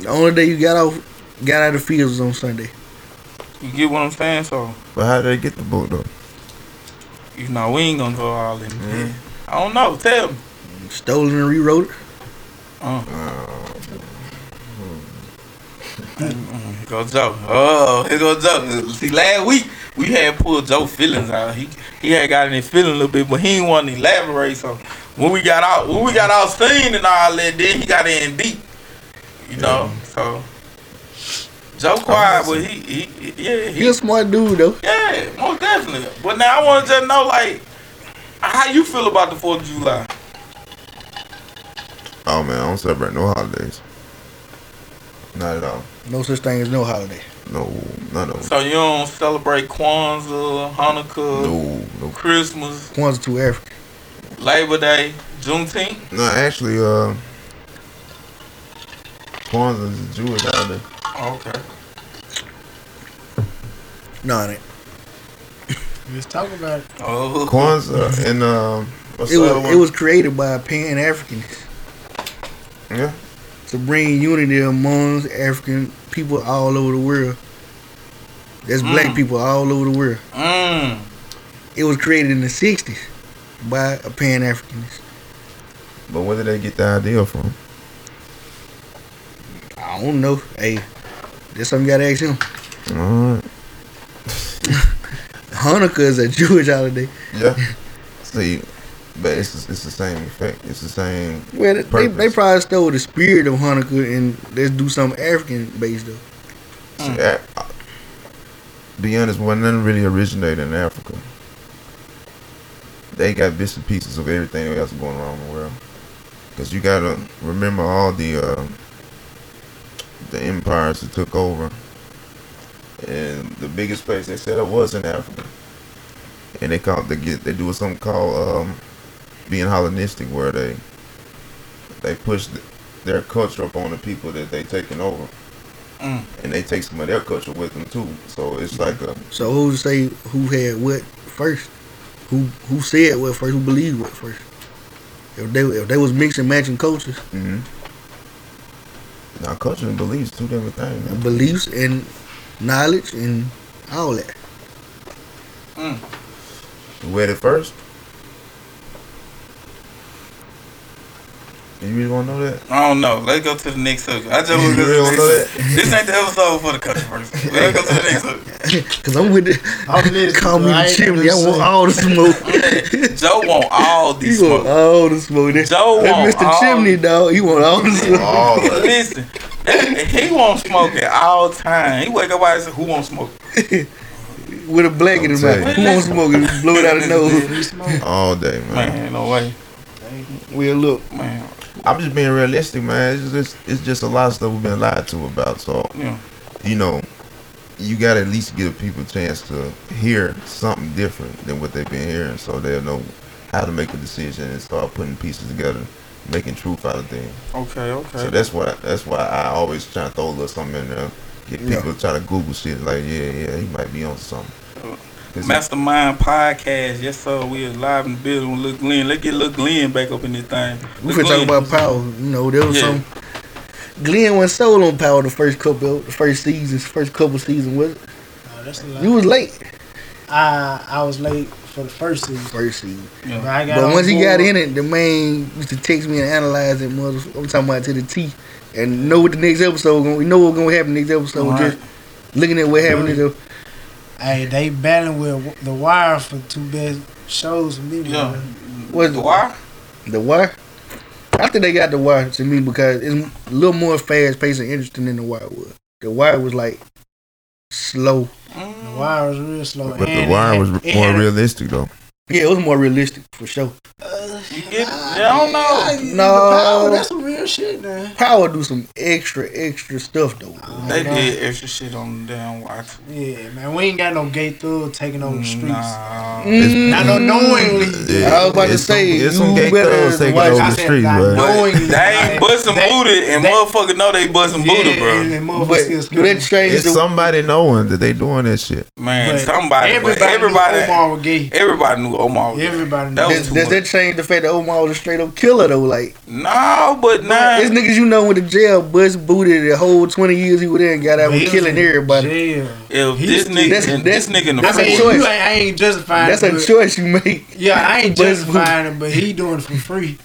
The only day you got off got out of the fields was on Sunday.
You get what I'm saying? So,
But how did they get the book though?
you know, we ain't gonna go all in. I don't know. Tell me.
Stolen and rewrote it.
Uh. Here go Joe. Oh, here go Joe. See, last week we had pulled Joe feelings out. He he had gotten his feeling a little bit, but he didn't want to elaborate. So when we got out, when we got out seen and all that, then he got in deep. You know, so Joe quiet, but he, he he- yeah
He a smart dude though.
yeah, most definitely. But now I want to just know, like, how you feel about the Fourth of July?
Oh man, I don't celebrate no holidays. Not at all.
No such thing as no holiday.
No, none of them.
So you don't celebrate Kwanzaa, Hanukkah,
No, no.
Christmas,
One's two Africa.
Labor Day, Juneteenth.
No, actually, uh, Kwanzaa is a Jewish holiday.
Okay.
No, it ain't.
Let's talk about it.
Oh,
Kwanzaa and um, what's
It
the other
was,
one?
it was created by Pan Africanists
yeah.
to bring unity amongst African people all over the world. That's black people all over the world.
mm.
It was created in the 60s by a Pan Africanist.
But where did they get the idea from?
I don't know. Hey, that's something you gotta ask him.
All right.
Hanukkah is a Jewish holiday.
Yeah. See, but it's it's the same effect. It's the same.
Well, they, they
Purpose.
probably stole the spirit of Hanukkah and let's do something African based though.
See, I, I, be honest, when none really originated in Africa, they got bits and pieces of everything else going around in the world. Because you gotta remember all the uh, the empires that took over, and the biggest place they set up was in Africa. And they call they get they do something called um, being Hellenistic, where they they push th their culture upon the people that they taking over and they take some of their culture with them too. So it's like a
So who's to say who had what first? Who who said what first? Who believed what first? If they if they was mixing matching cultures,
now culture and beliefs two different things. man.
beliefs and knowledge and all that.
You read it first. You really want to know that?
I don't know. Let's go to the next subject. I just
You
want to go to
really wanna
the next subject. This ain't the episode for the controversy. Let's go to the next subject.
Cause I'm with it.
I'm listening,
Call me
bro. I
the
ain't
chimney. I
gonna
want
say.
all the smoke.
Joe want all
He
these
want
smoke.
all the smoke. That,
Joe
that
want
Mr.
all-
Chimney dog. He want all the smoke.
All of it.
Listen, he won't smoke at all time. He wake up out and say, "Who won't smoke?"
with a blanket in his
I'm
mouth.
telling
Come on, smoke and blow it out his nose.
We smoke.
all day, man.
Man, ain't no way.
Well, look,
Man,
I'm just being realistic, man. It's just it's just a lot of stuff we've been lied to about. So
yeah.
you know, you got to at least give people a chance to hear something different than what they've been hearing, so they'll know how to make a decision and start putting pieces together, making truth out of things.
Okay, okay.
So that's what that's why I always try to throw a little something in there. Get
Yeah.
people to try to Google shit like, yeah, yeah, he might be on something. 'Cause
Mastermind Podcast. Yes, sir. We are live in the building with Lil Glenn. Let's get Lil Glenn back up in this thing.
we
Lil
finna talk
Glenn.
about power. You know, there was
Yeah.
some. Glenn went solo on power the first couple, the first seasons, first couple season was. it?
Nah, Oh, that's a lot.
You was late
I I was late for the first season.
first season,
But,
Yeah.
I got
but
on
once he got
board.
in it, the man used to text me and analyze it. Mother, I'm talking about to the T, and know what the next episode going. We know what's gonna happen next episode.
Right.
Just looking at what happened. to the
Hey, they battling with The Wire for two best shows for me.
Yeah.
man.
What's
Why?
The wire. I think they got the wire to me because it's a little more fast paced and interesting than the wire was. The wire was like slow.
The Wire was real slow.
But the
And it
wire was
had- it
more
had a-
realistic though.
Yeah, it was more realistic for sure.
You get? Yeah, I don't know.
No.
Power, Oh, that's some real shit, man.
Power do some extra extra stuff though.
They did extra shit on the damn watch.
Yeah, man. We ain't got no gay thug taking
Mm,
over the streets.
Nah.
Not no knowingly.
Yeah,
I was about to
it's some-
say,
it's some
you
gay
better
thugs taking
watch
over the
out there,
streets,
guy.
bro.
No.
But
Knowingly,
they
like,
ain't busting
they-
booty, and
they-
motherfucker know they busting booty,
And
bro.
then
But
motherfuckers still
do that
screaming.
change
It's
the,
somebody knowing that they doing that shit.
Man,
But
somebody,
everybody,
everybody, everybody,
knew Omar was gay.
everybody knew Omar. was-
Everybody
That
knew.
was
does,
too
does that
much.
change the fact that Omar was a straight up killer though? Like
No, but nah.
it's niggas you know went to jail, bust booted the whole twenty years he was there and got out
But
with
he was
killing
in
everybody.
jail.
If
He
this
still-
nigga,
that's-
and
that's-
this nigga in the
that's
I
a
mean,
front,
choice.
you ain't, I ain't justifying
That's
it,
a
but-
choice you make.
Yeah, I ain't
But-
justifying it, but he doing it for free.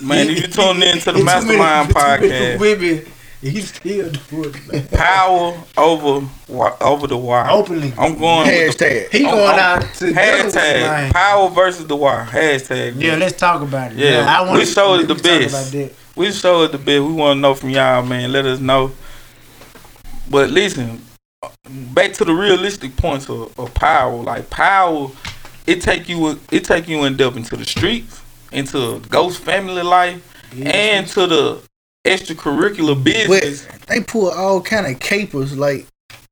man, if you tune in to the
It's too many-
Mastermind
it's too many
podcast,
Women He still do it. man.
Power over wi- over the wire.
Openly.
I'm going with the,
Hashtag.
He
I'm-
going
I'm-
out to
hashtag power versus the wire. Hashtag.
Yeah, let's talk about it.
Yeah,
I wanna-
we showed
let
the
me talk
best.
about that.
We showed the bit. We want to know from y'all, man. Let us know. But listen, back to the realistic points of, of power. Like power, it take you it take you in depth into the streets, into ghost family life, and to the extracurricular business.
But they pull all kind of capers like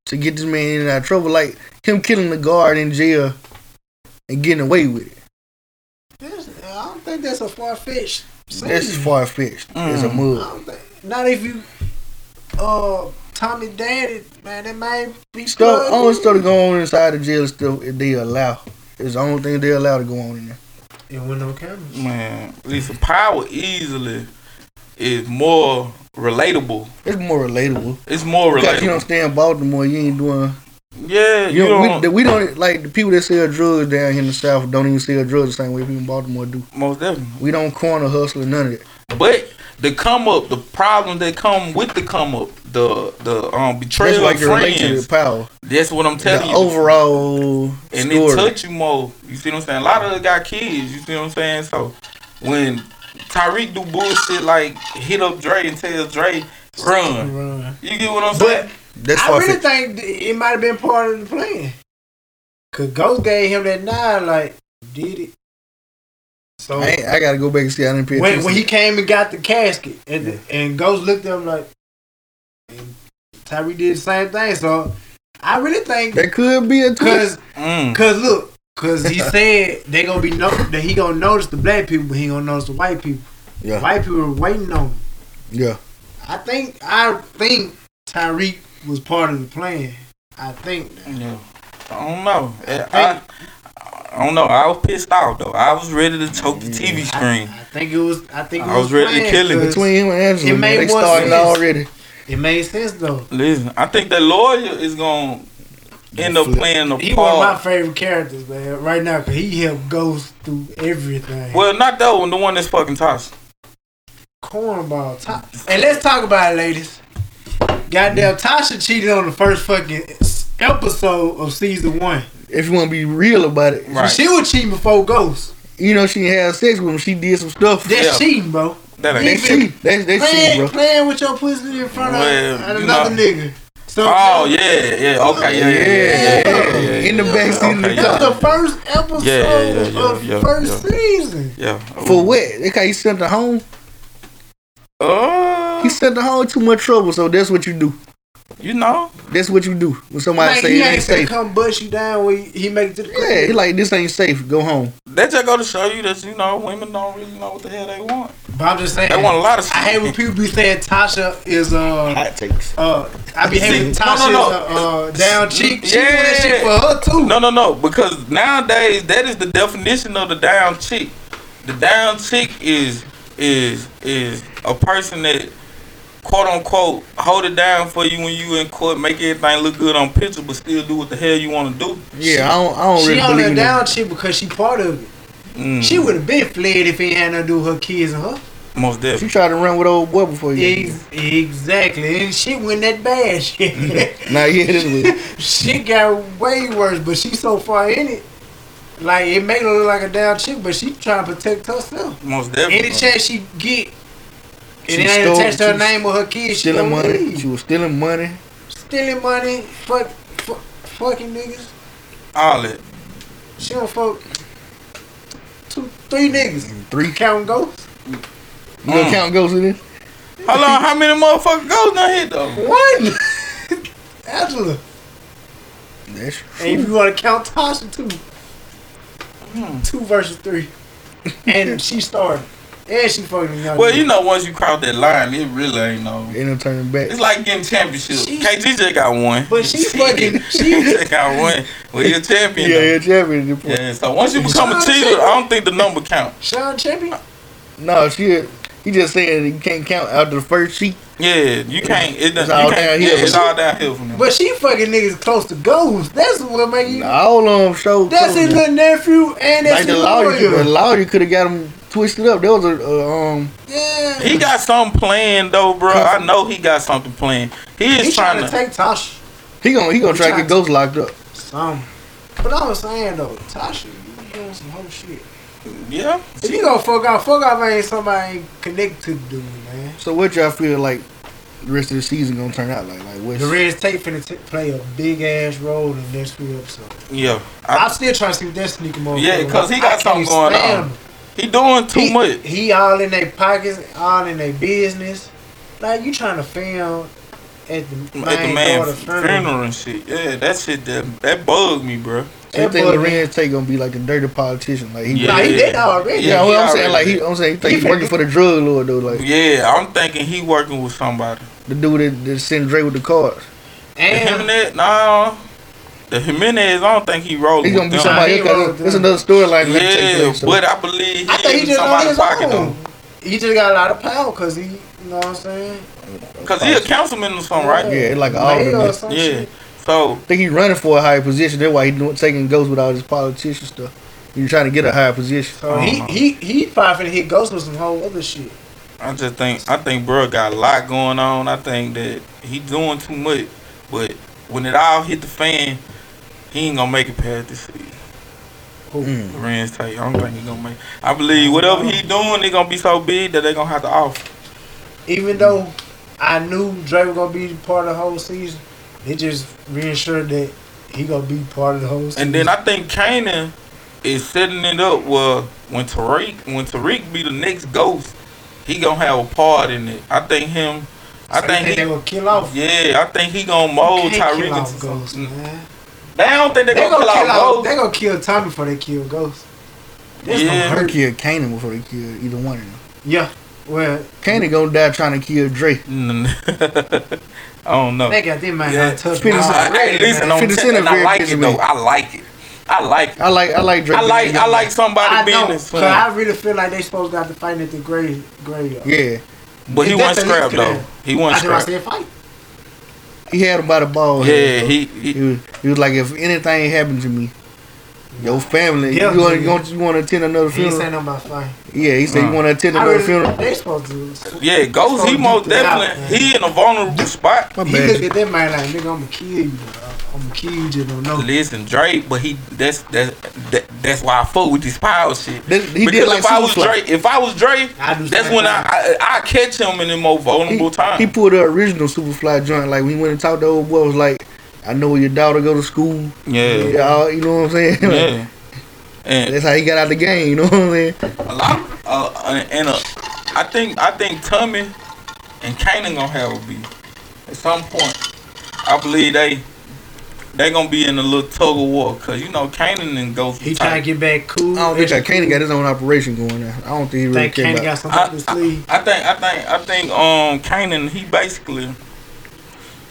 to get this man in and out of trouble, like him killing the guard in jail and getting away with it.
That's- I don't think that's a far fetched.
That's far fetched. It's a mug.
Not if you, uh, Tommy Daddy, man, that might be
Stuff
plugged
only
in.
stuff to go on inside the jail is stuff if they allow. It's the only thing they allow to go on in there.
It went on camera.
Man, listen, power easily is more relatable.
It's more relatable.
It's more
Because you
relatable.
don't stay in Baltimore, you ain't doing.
Yeah,
You
you
don't,
don't-
we, we don't like the people that sell drugs down here in the South don't even sell drugs the same way people in Baltimore do.
most definitely.
We don't corner hustle or none of that.
But the come up, the problem that come with the come up, the the um
That's
betrayal
like
of
your relationship
friends.
to power.
That's what I'm
The
telling you.
overall
and
story.
it touch you more. You see what I'm saying? A lot of us got kids. You see what I'm saying? So when Tyreek do bullshit like hit up Dre and tell Dre run,
Run.
you get what I'm
But
saying?
That's
I
far
really think th- it might have been part of the plan. Cause Ghost gave him that nod, like did it. So
I, ain't- I gotta go back and see. I didn't pay
when,
attention.
when he came and got the casket, and and Ghost looked at him like, and Tyree did the same thing. So I really think
that could be a twist.
because
Mm.
because look, because he said they gonna be no that he gonna notice the black people, but he gonna notice the white people.
Yeah.
White people were waiting on him.
Yeah,
I think I think Tyreek was part of the plan. I think that.
Mm, Yeah. I don't know. I, I, I don't know. I was pissed off though. I was ready to choke the TV screen.
I think it was. I think it
I was ready to
planned,
kill him.
'cause
between him and Angela,
It made
they
more
starting
sense.
already.
It made sense though.
Listen, I think that lawyer is gonna end up playing the
He
part.
one of my favorite characters, man. Right now, cause he helped Ghost through everything.
Well, not that one. The one that's fucking Tasha.
Cornball. Ta- and let's talk about it, ladies. Goddamn, Tasha cheated on the first fucking s- episode of season one.
If you want to be real about it,
Right.
She was cheating before Ghost.
you know she had sex with him. She did some stuff.
That's
Yeah.
cheating, bro.
That ain't.
That's she. That's that's she,
Playing,
bro.
playing with your pussy in front
Well,
of
you
another
know-
nigga. So
Oh yeah, yeah. Okay, yeah, yeah, yeah, yeah, yeah, yeah, yeah.
In the backseat of the
Okay,
car.
That's the first episode
Yeah, yeah, yeah, yeah,
of
yeah,
first season.
yeah.
For what? That's how he sent her home.
Uh,
He sent her home too much trouble. So that's what you do.
you know,
That's what you do when somebody
Like,
say
he
it ain't
ain't gonna
safe.
come bust you down when he make it to the
Yeah,
crib.
he like this ain't safe. Go home.
that just go to show you that you know women don't really know what the hell they want.
But I'm just saying,
They want a lot of shit.
I hate when people be saying Tasha is uh
Hot takes.
Uh, I be hating
See, no,
Tasha
no,
Uh, down cheek. She doing
Yeah.
that shit for her too.
No, no, no. Because nowadays that is the definition of the down chick. The down chick is is is a person that quote unquote hold it down for you when you in court, make everything look good on picture, but still do what the hell you want to do.
Yeah, I don't. I don't
She
really
on
believe
that
in
down chick because she part of it.
Mm,
She would have been fled if he had nothing to do with her kids and her.
most
that. She
definitely.
tried to run with old boy before you.
Ex- exactly, and she went that bad. Shit,
Now yeah, this was
she got way worse, but she so far in it, like it made her look like a down chick, but she trying to protect herself.
Most
Any
definitely.
chance she get,
She
and it ain't
stole-
attached to her
she
name or her kids, she
stealing
gonna
money.
leave.
She was stealing money.
stealing money, fuck, fuck, fucking niggas.
All that.
She don't fuck two, three niggas.
Three.
Counting ghosts.
You
Uh.
know, count goes in this.
How long? How many motherfuckers goes down here though?
One. Angela.
That's
And if you want to count Tasha, two. Two versus three. And she started. And she fucking young.
Well, you know, once you cross that line, it really ain't no.
ain't no turning back.
It's like getting championship.
She-
KG just got one.
But she fucking-
she
she-
just got one. Well, you're a champion.
Yeah,
though.
yeah, champion. at this point.
Yeah, so once you become a
Sean
cheater, I don't think the number count.
Sean Champion.
No, she. He just said you can't count after the first sheet.
Yeah, you can't. It,
It's
you
all
can't,
downhill.
Yeah, it's all downhill from there.
But she fucking niggas close to ghosts. That's what make you.
All of them showed.
That's his
closure.
little nephew and
Like
that's
the
his
lawyer, the
lawyer.
lawyer could have got him switched it up. There was a, a um.
He got something planned though, bro. I know he got something planned. He is
He's
trying, to.
take Tasha.
He gonna he gonna try to get Ghost locked up.
Some. But I'm saying though, Tasha, you doing some whole shit.
yeah.
If you gonna fuck off, fuck off ain't somebody ain't connected to the dude, man.
So what y'all feel like the rest of the season gonna turn out like? Like
The
what's
Reds tape finna t- play a big ass role in the next few episodes.
Yeah.
I,
I,
am still trying to see what that sneaker mode.
Yeah, 'cause he got something going on. he doing too
he,
much.
He all in their pockets, all in their business. Like you trying to film at the
At the man's
funeral.
funeral and shit. Yeah, that shit that, that bugged me, bro.
so you think Lorenz Tate gonna be like a dirty politician? Like he.
Nah, he
Yeah.
did that already.
Yeah,
Yeah,
well,
he
I'm saying like
already-
he, I'm saying he, think
He
he working for the drug lord though, like
Yeah, I'm thinking he working with somebody.
the dude that, that sent Dre with the cards.
The
And
Jimenez, nah. The Jimenez, I don't think he rolling.
He gonna
with
be
them.
somebody.
he
else, 'cause
wrote
It's
them.
another storyline. that take
Yeah,
place, so-
but I believe
I think he
he in
just on
somebody's
his
pocket though.
own. He just got a lot of power because he, you know what I'm saying?
Cause he a councilman or something, right?
Yeah, like an
Mayor
alderman.
or some
Yeah.
shit.
So
I think he running for a higher position. That's why he doing, taking ghosts with all this politician stuff. He's trying to get a higher position.
So he, he he probably finna hit Ghost with some whole other shit.
I just think I think bro got a lot going on. I think that he doing too much. But when it all hit the fan, he ain't gonna make it past this season.
Mm.
Lorenz Tate, I don't think he gonna make. I believe whatever he doing, they gonna be so big that they gonna have to off.
Even though I knew Dre was gonna be part of the whole season, they just reassured that he gonna be part of the whole season.
And then I think Kanan is setting it up where when Tariq when Tariq be the next ghost, he gonna have a part in it. I think him. I
So you
think
they
he.
gonna kill off.
Yeah, I think he gonna mold
Can't kill
Tyreek
off
into
Ghost,
something.
man.
They don't think they
They
gonna,
gonna kill
out
off.
Ghost.
They gonna kill Tommy before they kill Ghost. That's
Yeah.
Her
gonna hurt.
kid Kanan before they kill either one of them.
Yeah. Well,
Kanan gonna die trying to kill Dre.
Mm. I don't know.
they got them man
Yeah.
not touched.
Fifty
I,
Cent-
already,
hey, listen,
man.
I'm
Fifty Cent
telling,
a
I
very
like
busy
it though.
man.
I like it. I like it.
I like I like Dre.
I like
being a
I
young
like somebody
I
being
know,
in this
cause
film.
I really feel like they supposed to have to fight at the grave graveyard.
man. Yeah,
but he
If that's
wasn't
the
scrapped
leader,
though. He
I
wasn't
did I
scrapped.
said fight.
he had him by the ball.
Yeah,
though.
he, he
He was, he was like, if anything happened to me, your family,
Yeah,
you want
man.
you want you want to attend another
He ain't saying
funeral?
nothing about fight.
Yeah, he said you want to attend
I
another
really,
funeral.
They supposed to.
yeah, Ghost. He
So
most
deep down,
definitely
man.
he in a vulnerable spot.
My
He looked
bad.
at that man like, nigga, I'ma kill you. bro. I'ma kill you, just don't know.
Oh.
Listen, Drake, but he that's that, that that's why I fuck with this pile shit.
That- he did
because
like
if I was
Superfly.
Drake, if I was Drake,
I do
that's
same
when
thing.
I, I I catch him in the more vulnerable time.
He pulled the original Superfly joint. Like when he went and talked to old boy, was like, I know where your daughter go to school.
yeah,
Yeah, you know what I'm saying?
yeah.
Like,
And
That's how he got out the game. You know what I'm saying?
a lot uh, and uh, I think I think Tommy and Kanan gonna have a beef at some point. I believe they they gonna be in a little tug of war because you know Kanan and Ghost.
He
is
trying
tight.
to get back cool.
I don't think that Kanan got his own operation going now. I don't think he really
Think
cares
Kane
about.
got something up his sleeve.
I think I think I think um Kanan he basically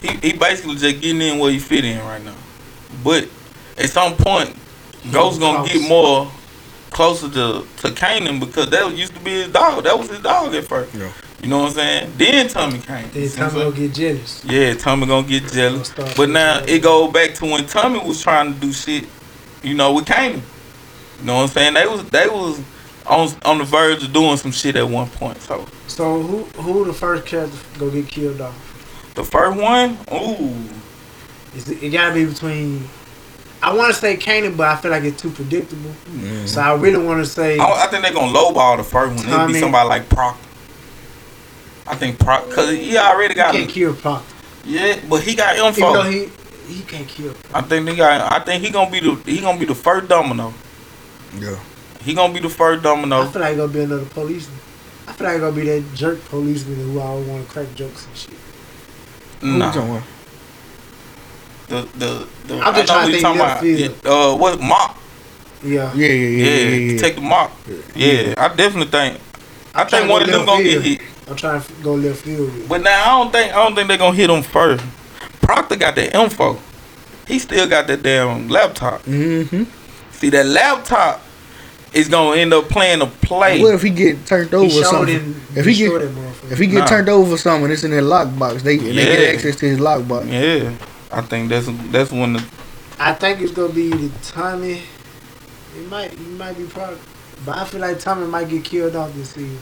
he, he basically just getting in where he fit in right now, but at some point Ghost gonna
close.
get more closer to to Kanan because that used to be his dog. That was his dog at first.
Yeah.
You know what I'm saying? Then Tommy came.
Then Tommy gonna get jealous.
Yeah, Tommy gonna get jealous.
Gonna start
But
getting
now
jealous.
it goes back to when Tommy was trying to do shit, you know, with Kanan. You know what I'm saying? They was they was on on the verge of doing some shit at one point. So
So who who the first character gonna get killed off?
the first one, ooh,
Is it, it gotta be between. I want to say Kanan, but I feel like it's too predictable. So I really want to say.
Oh,
I, don't- I think they gonna lowball the first one. It'll
Tommy.
be somebody like Proctor. I think Proctor, cause he already
He
got
can't kill Proctor.
yeah, but he got
Even
info.
though he he can't kill.
I think they got. I think he gonna be the he gonna be the first domino.
Yeah.
He gonna be the first
I
domino.
feel like it's gonna be another policeman. I feel like it's gonna be that jerk policeman who always want to crack jokes and shit.
Nah.
Who you talking about?
the the, the
I'm just
I
trying
know
to
we
think
talking
left
about uh what mop
Yeah.
Yeah, yeah,
yeah,
yeah, yeah. yeah,
take the mop yeah, I definitely think I
I'm
think
trying to
one
go
of them
left
gonna get
field.
hit
I'm trying to go left field with.
but now I don't think I don't think they gonna hit him first Proctor got that info he still got that damn laptop
Mm-hmm.
see that laptop is gonna end up playing a play
What if he get turned over
He
or
showed
something?
him.
if he
he
get
showed that motherfucker.
if he get
Nah.
turned over or something, it's in their lockbox. They and they
Yeah.
get access to his lockbox.
yeah I think that's that's when the
I think it's gonna be the Tommy. It might it might be Proctor. But I feel like Tommy might get killed off this season.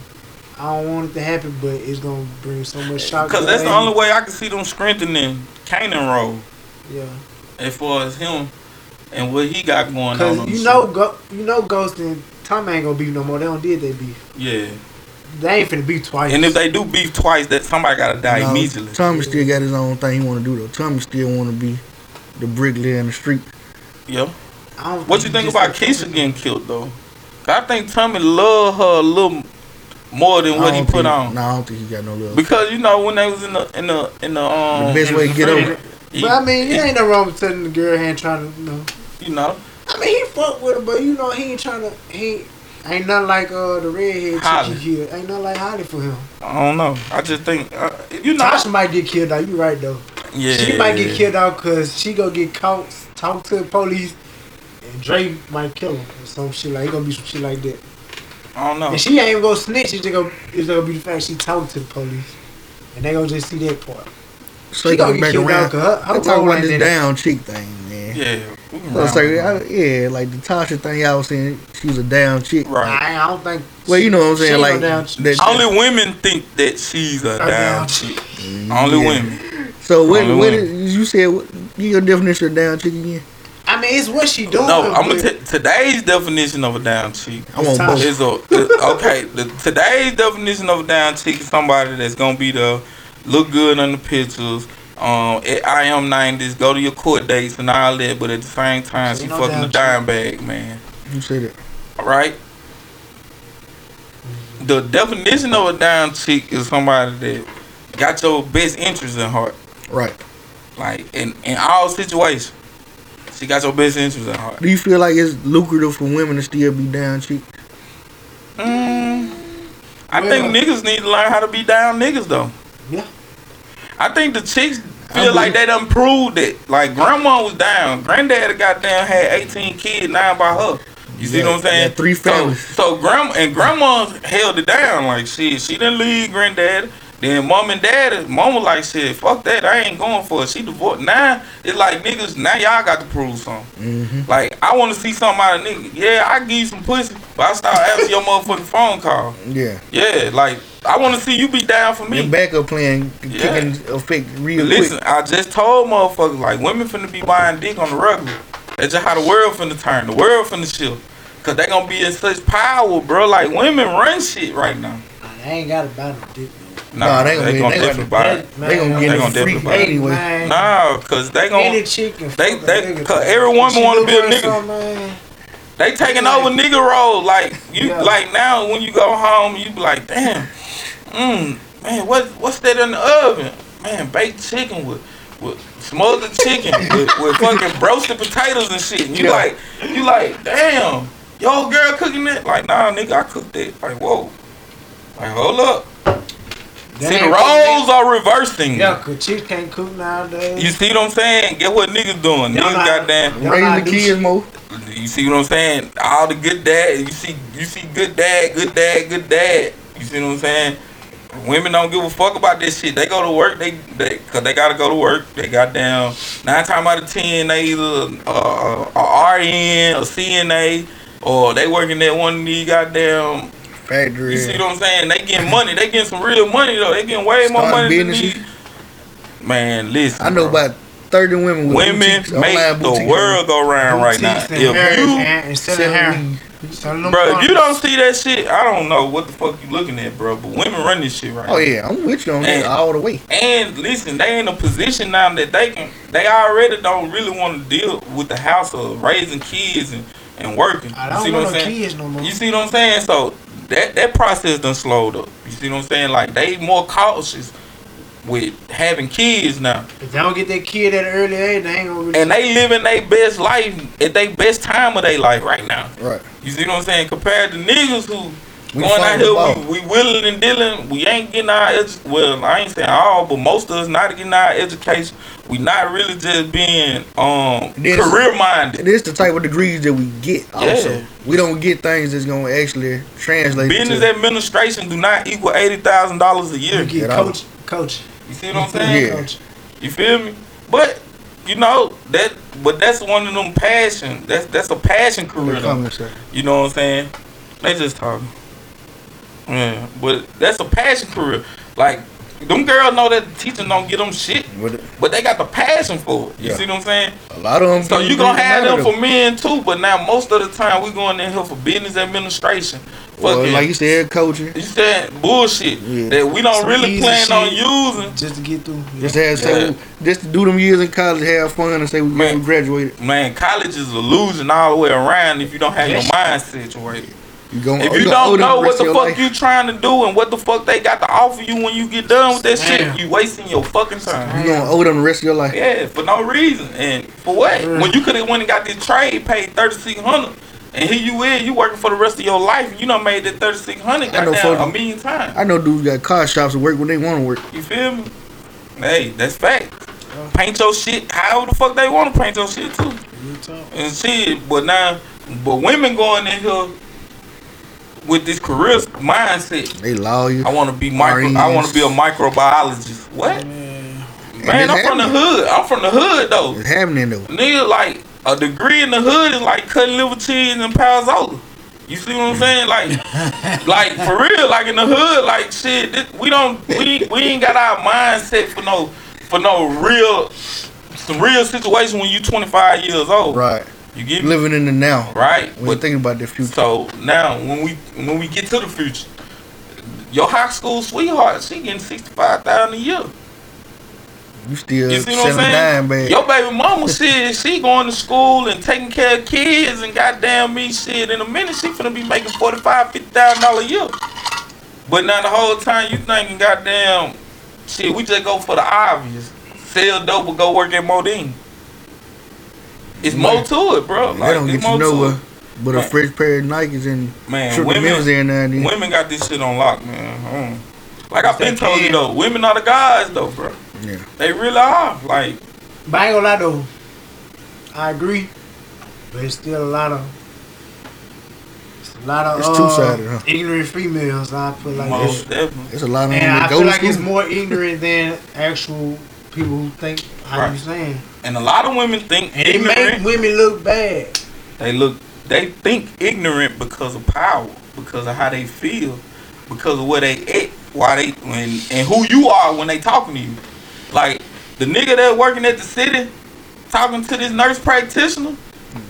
I don't want it to happen, but it's gonna bring so much shock.
Because
to
that's the
Atlanta.
only way I can see them strengthening Canaan role
Yeah,
as far as him and what he got going on.
because
on
you
the
know, go, you know, Ghost and Tommy ain't gonna beef no more. They don't did they beef.
show. yeah.
They ain't finna beef twice.
And if they do beef twice, that somebody gotta die
No,
immediately.
Tommy still got his own thing he want to do though. Tommy still want to be the bricklayer in the street.
Yeah.
I don't
What you think
just
about
a-
Keisha getting killed though? 'Cause I think Tommy love her a little more than
I
what he
don't
put
think-
on.
No, I don't think he got no love.
Because you know when they was in the in the in the um
the best way to get over. it.
he-
But I mean, it ain't no wrong with telling the girl he ain't trying to. You know.
you know
I mean, he fuck with her, but you know, he ain't trying to. He ain't nothing like uh the redhead
Holly.
chick he killed. Ain't nothing like Holly for him.
I don't know. I just think uh, you know
Tasha might get killed out. You right though.
yeah
She might get killed out because she gonna get caught, talk to the police, and Dre might kill him or some shit like. It gonna be some shit like that.
I don't know.
And she ain't gonna snitch. It's just gonna, it's gonna be the fact she talked to the police, and they gonna just see that part.
So
She
he
gonna
going
get
back
killed
around.
out 'cause her- her
I'm talking
role
about
ain't
this
in it.
down cheek thing, man.
Yeah. we can
I was
round
like,
it up.
I- yeah, like the Tasha thing y'all was saying, she was a down chick.
right.
I, I don't think.
Well, you know what I'm
she
saying,
ain't
like
no down-
that-
Only women think that she's a
down
down
chick.
chick. Only
Yeah.
women.
So what?
Mm-hmm.
Only
What
women.
is, you said? What, your definition of down chick again?
I mean, it's what she doing.
No, I'm gonna
but-
t- today's definition of a down chick.
I want
Tasha.
both.
is a okay. The, today's definition of a down chick is somebody that's gonna be the look good on the pictures. Um, at I am nineties. Go to your court dates and all that, but at the same time,
She
she
no
fucking a dime
down
bag, man.
You said it.
All right. The definition of a down chick is somebody that got your best interest in heart,
Right.
like in in all situations. She got your best interest in heart.
Do you feel like it's lucrative for women to still be down chick?
Mm, I
Well-
think niggas need to learn how to be down niggas though.
Yeah.
I think the chicks feel
believe-
like they done proved it. Like grandma was down. Granddad goddamn had 18 kids, nine by her. You see
Yeah,
what I'm saying?
yeah, three families.
So, so grandma and grandma held it down. Like shit, she didn't leave granddad. Then mom and dad, mom was like shit, fuck that, I ain't going for it. She divorced. Now it's like niggas, now y'all got to prove something.
Mm-hmm.
Like, I want to see something out of nigga. Yeah, I give you some pussy, but I start answering your motherfucking phone call.
Yeah.
Yeah, like, I want to see you be down for
Your
me.
backup plan can
Yeah.
kick in effect real
Listen,
quick.
I just told motherfuckers, like, women finna be buying dick on the regular. That's just how the world finna turn. The world finna shift. Cause they gonna be in such power, bro. Like, women run shit right now.
Nah, they ain't gotta buy no dick.
Nah,
Nah, they
they,
gonna be-
gonna
they gonna-
definitely buy it.
Man,
They gonna
man,
get
they
it
gonna
free
definitely buy it.
anyway.
Man,
Nah, cause they gonna...
any chick and
they-
fuck a
they-
nigga.
cause every woman
She
wanna
look
be a
good,
nigga.
so, man.
They taking over nigga role. Like you,
Yeah.
like now when you go home, you be like, damn, mm, man, what what's that in the oven? Man, baked chicken with with smothered chicken with, with fucking roasted potatoes and shit. And you
Yeah.
like, you like, damn, yo girl cooking that? Like nah, nigga, I cooked that. Like whoa, like hold up.
That
See the
ain't-
roles are reversing.
Yeah, cause chicks can't cook nowadays.
You see what I'm saying? Get what niggas doing?
Yeah,
Niggas
nah.
goddamn.
Y'all
Raise
not
the
do
kids more.
You see what I'm saying? All the good dad, you see, you see good dad, good dad, good dad. You see what I'm saying? Women don't give a fuck about this shit. They go to work, they, they cause they gotta go to work. They got down nine times out of ten, they either uh, a RN, a CNA, or they working that one of these goddamn.
Factory.
You see what I'm saying? They getting money. They getting some real money though. They getting way more
Starting
money than
businesses.
these. Man, listen.
I know
bro.
about 30 women with
women make
boutiques, online
the
boutiques
world go round right now.
Boutiques and
If
hair
you
and- and selling
selling
hair.
weed.
Selling them
Bro, if you
products.
don't see that shit, I don't know what the fuck you looking at, bro. But women run this shit right
Oh yeah, I'm with you on that
Man.
all the way.
now. And listen, they in a position now that they can they already don't really want to deal with the house of raising kids and, and working.
I
you
don't
see what
want
I'm
no
saying?
kids no more.
You see what I'm saying? So that that process done slowed up. You see what I'm saying? Like they more cautious with having kids now.
If they don't get that kid at an early age, they ain't gonna really.
And they living their best life at their best time of their life right now.
Right.
You see what I'm saying? Compared to niggas who
We
going
fight
out
the ball.
here, we, we willing and dealing. We ain't getting our edu- well. I ain't saying all, but most of us not getting our education. We not really just being um
This-
career minded.
And it's the type of degrees that we get. Also,
Yeah.
we don't get things that's gonna actually translate.
Business
to,
administration do not equal eighty thousand dollars a year.
you get
Get out.
coach, coach,
You see what I'm saying?
Yeah.
coach.
You feel me? But you know that, but that's one of them passion. That's that's a passion career.
Come
Though.
here, sir.
You know what I'm saying? They just talking. Yeah, but that's a passion career. Like them girls know that the teachers don't get them shit,
With it.
but they got the passion for it. You
Yeah.
see what I'm saying?
A lot of them.
So you
get
gonna have
out
them
of
for men too, but now most of the time we going in here for business administration.
Well,
Fucking,
like you said, coaching.
you said bullshit
Yeah.
that we don't
Some
really
easy
plan on
shit.
using.
Just to get through.
Just have say, just to do them years in college, have fun, and say we
Man.
we graduated.
Man, college is a losing all the way around if you don't have your mind situated.
You going
If you don't know what the fuck you trying to do and what the fuck they got to offer you when you get done with that
Damn.
shit, you wasting your fucking time.
you gonna owe them the rest of your life.
Yeah, for no reason and for what?
Mm.
When you could have went and got this trade paid thirty six hundred, and here you is, you working for the rest of your life, and you done made that thirty six hundred
I know
goddamn a
folk-
million times.
I know dudes got car shops to work when they want to work.
You feel me? Hey, that's fact. Paint your shit however the fuck they want to paint your shit too. And shit, but now, but women going in here with this career mindset.
They lawyers.
I want to be micro. I want to be a microbiologist. What? Man,
it's
I'm from the
happening.
hood. I'm from the hood though.
It's happening though.
Nigga, like a degree in the hood is like cutting liver cheese and palzola. You see what I'm saying? Like, like for real. Like in the hood, like shit. This, we don't. We we ain't got our mindset for no for no real some real situation when you 25 years old.
Right.
You get me?
Living in the now.
Right.
When you're thinking about the future.
So now, when we when we get to the future, your high school sweetheart, she getting sixty five thousand a year.
You still
You see what I'm
selling
saying?
dime bags.
Your baby mama shit, she going to school and taking care of kids and goddamn me shit. In a minute, she finna be making forty five, fifty thousand dollars a year. But now the whole time you thinking, goddamn, shit, we just go for the obvious. Sell dope or go work at Modine. It's more to it, bro.
They don't
it's
get
more
you
to it.
nowhere. But a
Man.
fresh pair of Nikes and
Man,
triple
women-
M's every now and then.
Women got this shit on lock, man. Mm. Like I've been
They
told you
can.
though, women are the guys though, bro.
Yeah.
They really are. Like
But I ain't gonna lie though. I agree. But it's still a lot of it's a lot of
It's
uh,
two-sided, huh?
ignorant females I feel like
most definitely.
There's a lot of
and
them
I
that go
feel
to
like it's
school.
more ignorant than actual people who think how you
Right.
saying.
And a lot of women think
And it make
ignorant.
women look bad.
They look they think ignorant because of power, because of how they feel, because of where they at, why they and, and who you are when they talking to you. Like the nigga that working at the city talking to this nurse practitioner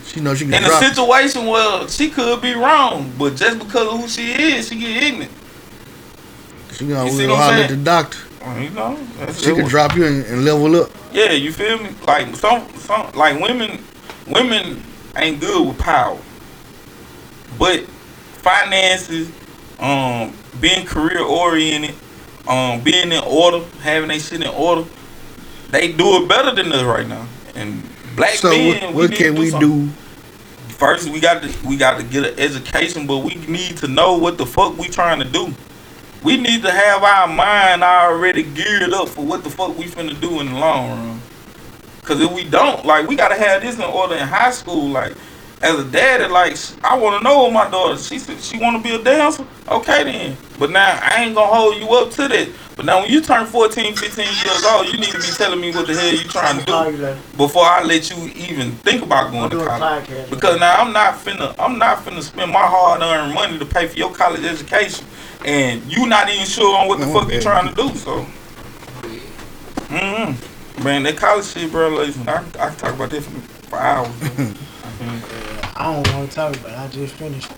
She knows she
in
can
a
drop. it.
situation where she could be wrong, but just because of who she is, she get ignorant.
She gonna
You see
go
what I'm
holler at the
saying?
doctor.
You know, that's
She can
it.
drop you and, and level up.
Yeah, you feel me? Like some, some, like women, women ain't good with power, but finances, um, being career oriented, um, being in order, having they shit in order, they do it better than us right now. And black
So what,
men, we
what
need
can
to
we
something.
do?
First, we got to we got to get an education, but we need to know what the fuck we trying to do. We need to have our mind already geared up for what the fuck we finna do in the long run. Cause if we don't, like, we gotta have this in order in high school. Like, as a daddy, like, sh- I wanna know what my daughter. She said she wanna be a dancer. Okay then. But now I ain't gonna hold you up to that. But now when you turn 14, 15 years old, you need to be telling me what the hell you trying to do before I let you even think about going to
Doing
college.
podcast.
Because now I'm not finna, I'm not finna spend my hard-earned money to pay for your college education, and you not even sure on what the
Oh,
fuck you
man.
trying to do. So, mm-hmm. man, that college shit, bro. Listen, I, I can talk about this for, for hours. bro.
I don't want to talk about. it. I just finished.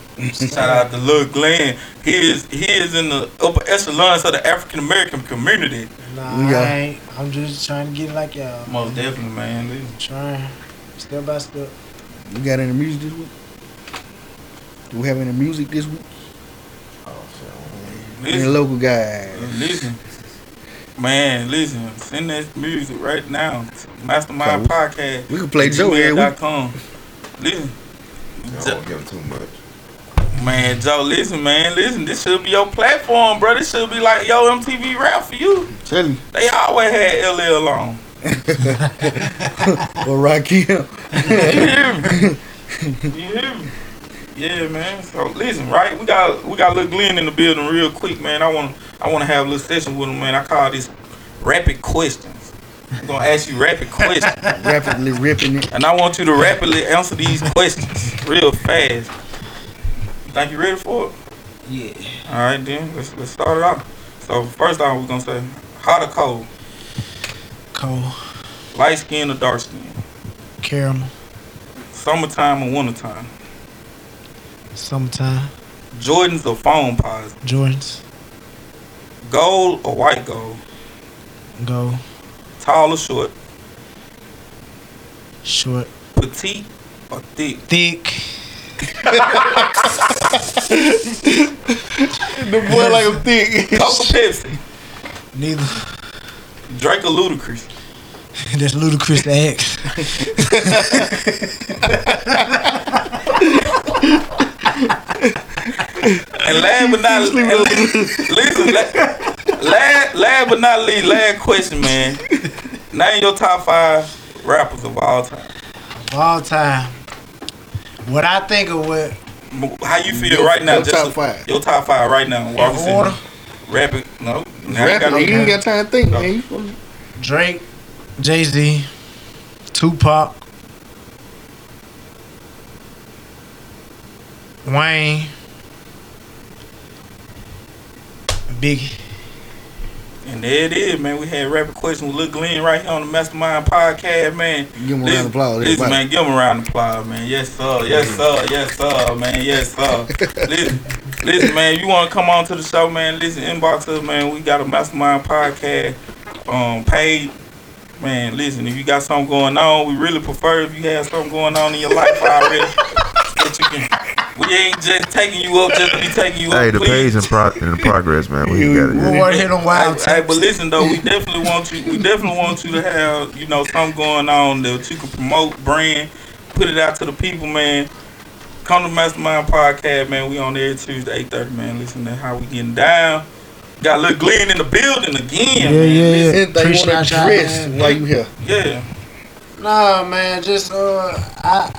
Shout out to Lil Glenn. He is he is in the upper echelons of the African American community.
Nah,
Yeah.
I ain't. I'm just trying to get like y'all.
Most definitely, man.
Trying step by step.
You got any music this week? Do we have any music this week? Any
Listen,
local guys?
listen. Man, listen, send that music right now. Mastermind
Okay.
Podcast.
We can play Joe every week.
gmail.com. Listen,
I don't give 'em too much.
man, Joe, listen, man, listen. This should be your platform, bro. This should be like yo MTV rap for you.
Tell you.
They always had LL on.
Or Rakim.
You hear me? You hear me? Yeah, man. So listen, right? We got we got little Glenn in the building real quick, man. I want I want to have a little session with him, man. I call this rapid questions. I'm gonna ask you rapid questions.
Rapidly ripping it.
And I want you to rapidly answer these questions real fast. Think you ready for it?
Yeah.
All right, then let's let's start it out. So first off, we're gonna say hot or cold,
Cold.
light skin or dark skin,
Caramel.
summertime or wintertime,
Summertime.
Jordans or foam pies,
Jordans.
gold or white gold,
Go.
tall or short,
Short.
petite or thick,
Thick.
The boy like a thick.
Coke or Pepsi,
Neither.
Drake or Ludacris,
That's ludicrous to ask.
and last but not least, listen, la- last last but not least, last question, man. Name your top five rappers of all time.
All time. What I think of what
How you feel right now?
Your top
a-
five.
Your top five right now. Walker City.
order?
Rapid. No. Now you
Rapping,
gotta-
you ain't got time to think, man. You fucking-
Drake.
Jay Z,
Tupac.
Wayne,
Biggie.
And there it is, man. We had rapid question with Lil Glenn right here on the Mastermind Podcast, man.
Give him a round of applause,
Listen,
everybody.
man, give him a round of applause, man. Yes, sir. Yes, sir. Yes, sir, man. Yes, sir. listen, listen, man. You want to come on to the show, man? Listen, inbox us, man. We got a Mastermind Podcast um, page. Man, listen, if you got something going on, we really prefer if you have something going on in your life already. that you can, we ain't just taking you up just to be taking you
Hey,
up.
the
please.
page in, pro- in progress, man. We ain't got it yet.
Reward hit on wild
Hey, hey,
type.
but listen though, we definitely want you. We definitely want you to have you know something going on that you can promote, brand, put it out to the people, man. Come to Mastermind Podcast, man. We on there Tuesday, eight thirty, man. Listen to how we getting down. Got Lil Glenn in the building
Yeah,
again. man.
yeah, yeah.
Anything you want
Appreciate
to
y'all.
address while you here.
yeah.
Nah, man, just uh, I,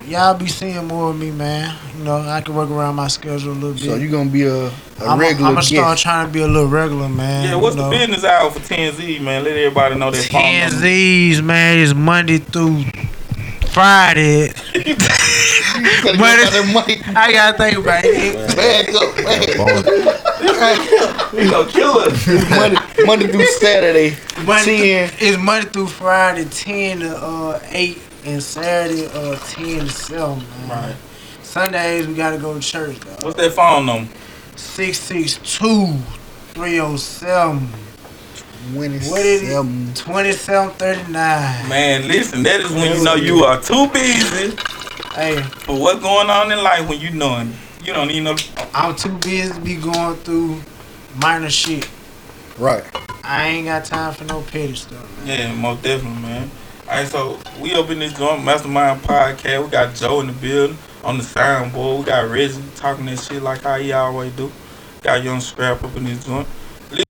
I, y'all be seeing more of me, man. You know, I can work around my schedule a little bit.
So you gonna be a, a
I'm
regular
I'm gonna
guest.
start trying to be a little regular, man.
Yeah, what's
you
the
know.
business hour for TNZ, man? Let everybody know that.
10 Z's, man, is Monday through Friday.
Gotta
But
get
it-
out that mic.
I gotta think about it.
Back up, man.
Phone-
He gonna kill us.
Monday, Monday through Saturday.
Monday
10.
through, it's Monday through Friday, 10 to uh, 8, and Saturday, uh, 10 to 7, man.
Right.
Sundays, we gotta go to church, though.
What's that phone number?
662 307
When it's
What is it?
um,
2739.
Man, listen, that is when you know you are too busy
Hey,
for what's going on in life when you knowing it. you don't even know
I'm too busy to be going through minor shit.
right.
I ain't got time for no petty stuff, man.
Yeah, most definitely, man. All right, so we up in this joint mastermind podcast. We got Joe in the building on the soundboard. We got Reggie talking that shit like how he always do. Got Young Scrap up in this joint.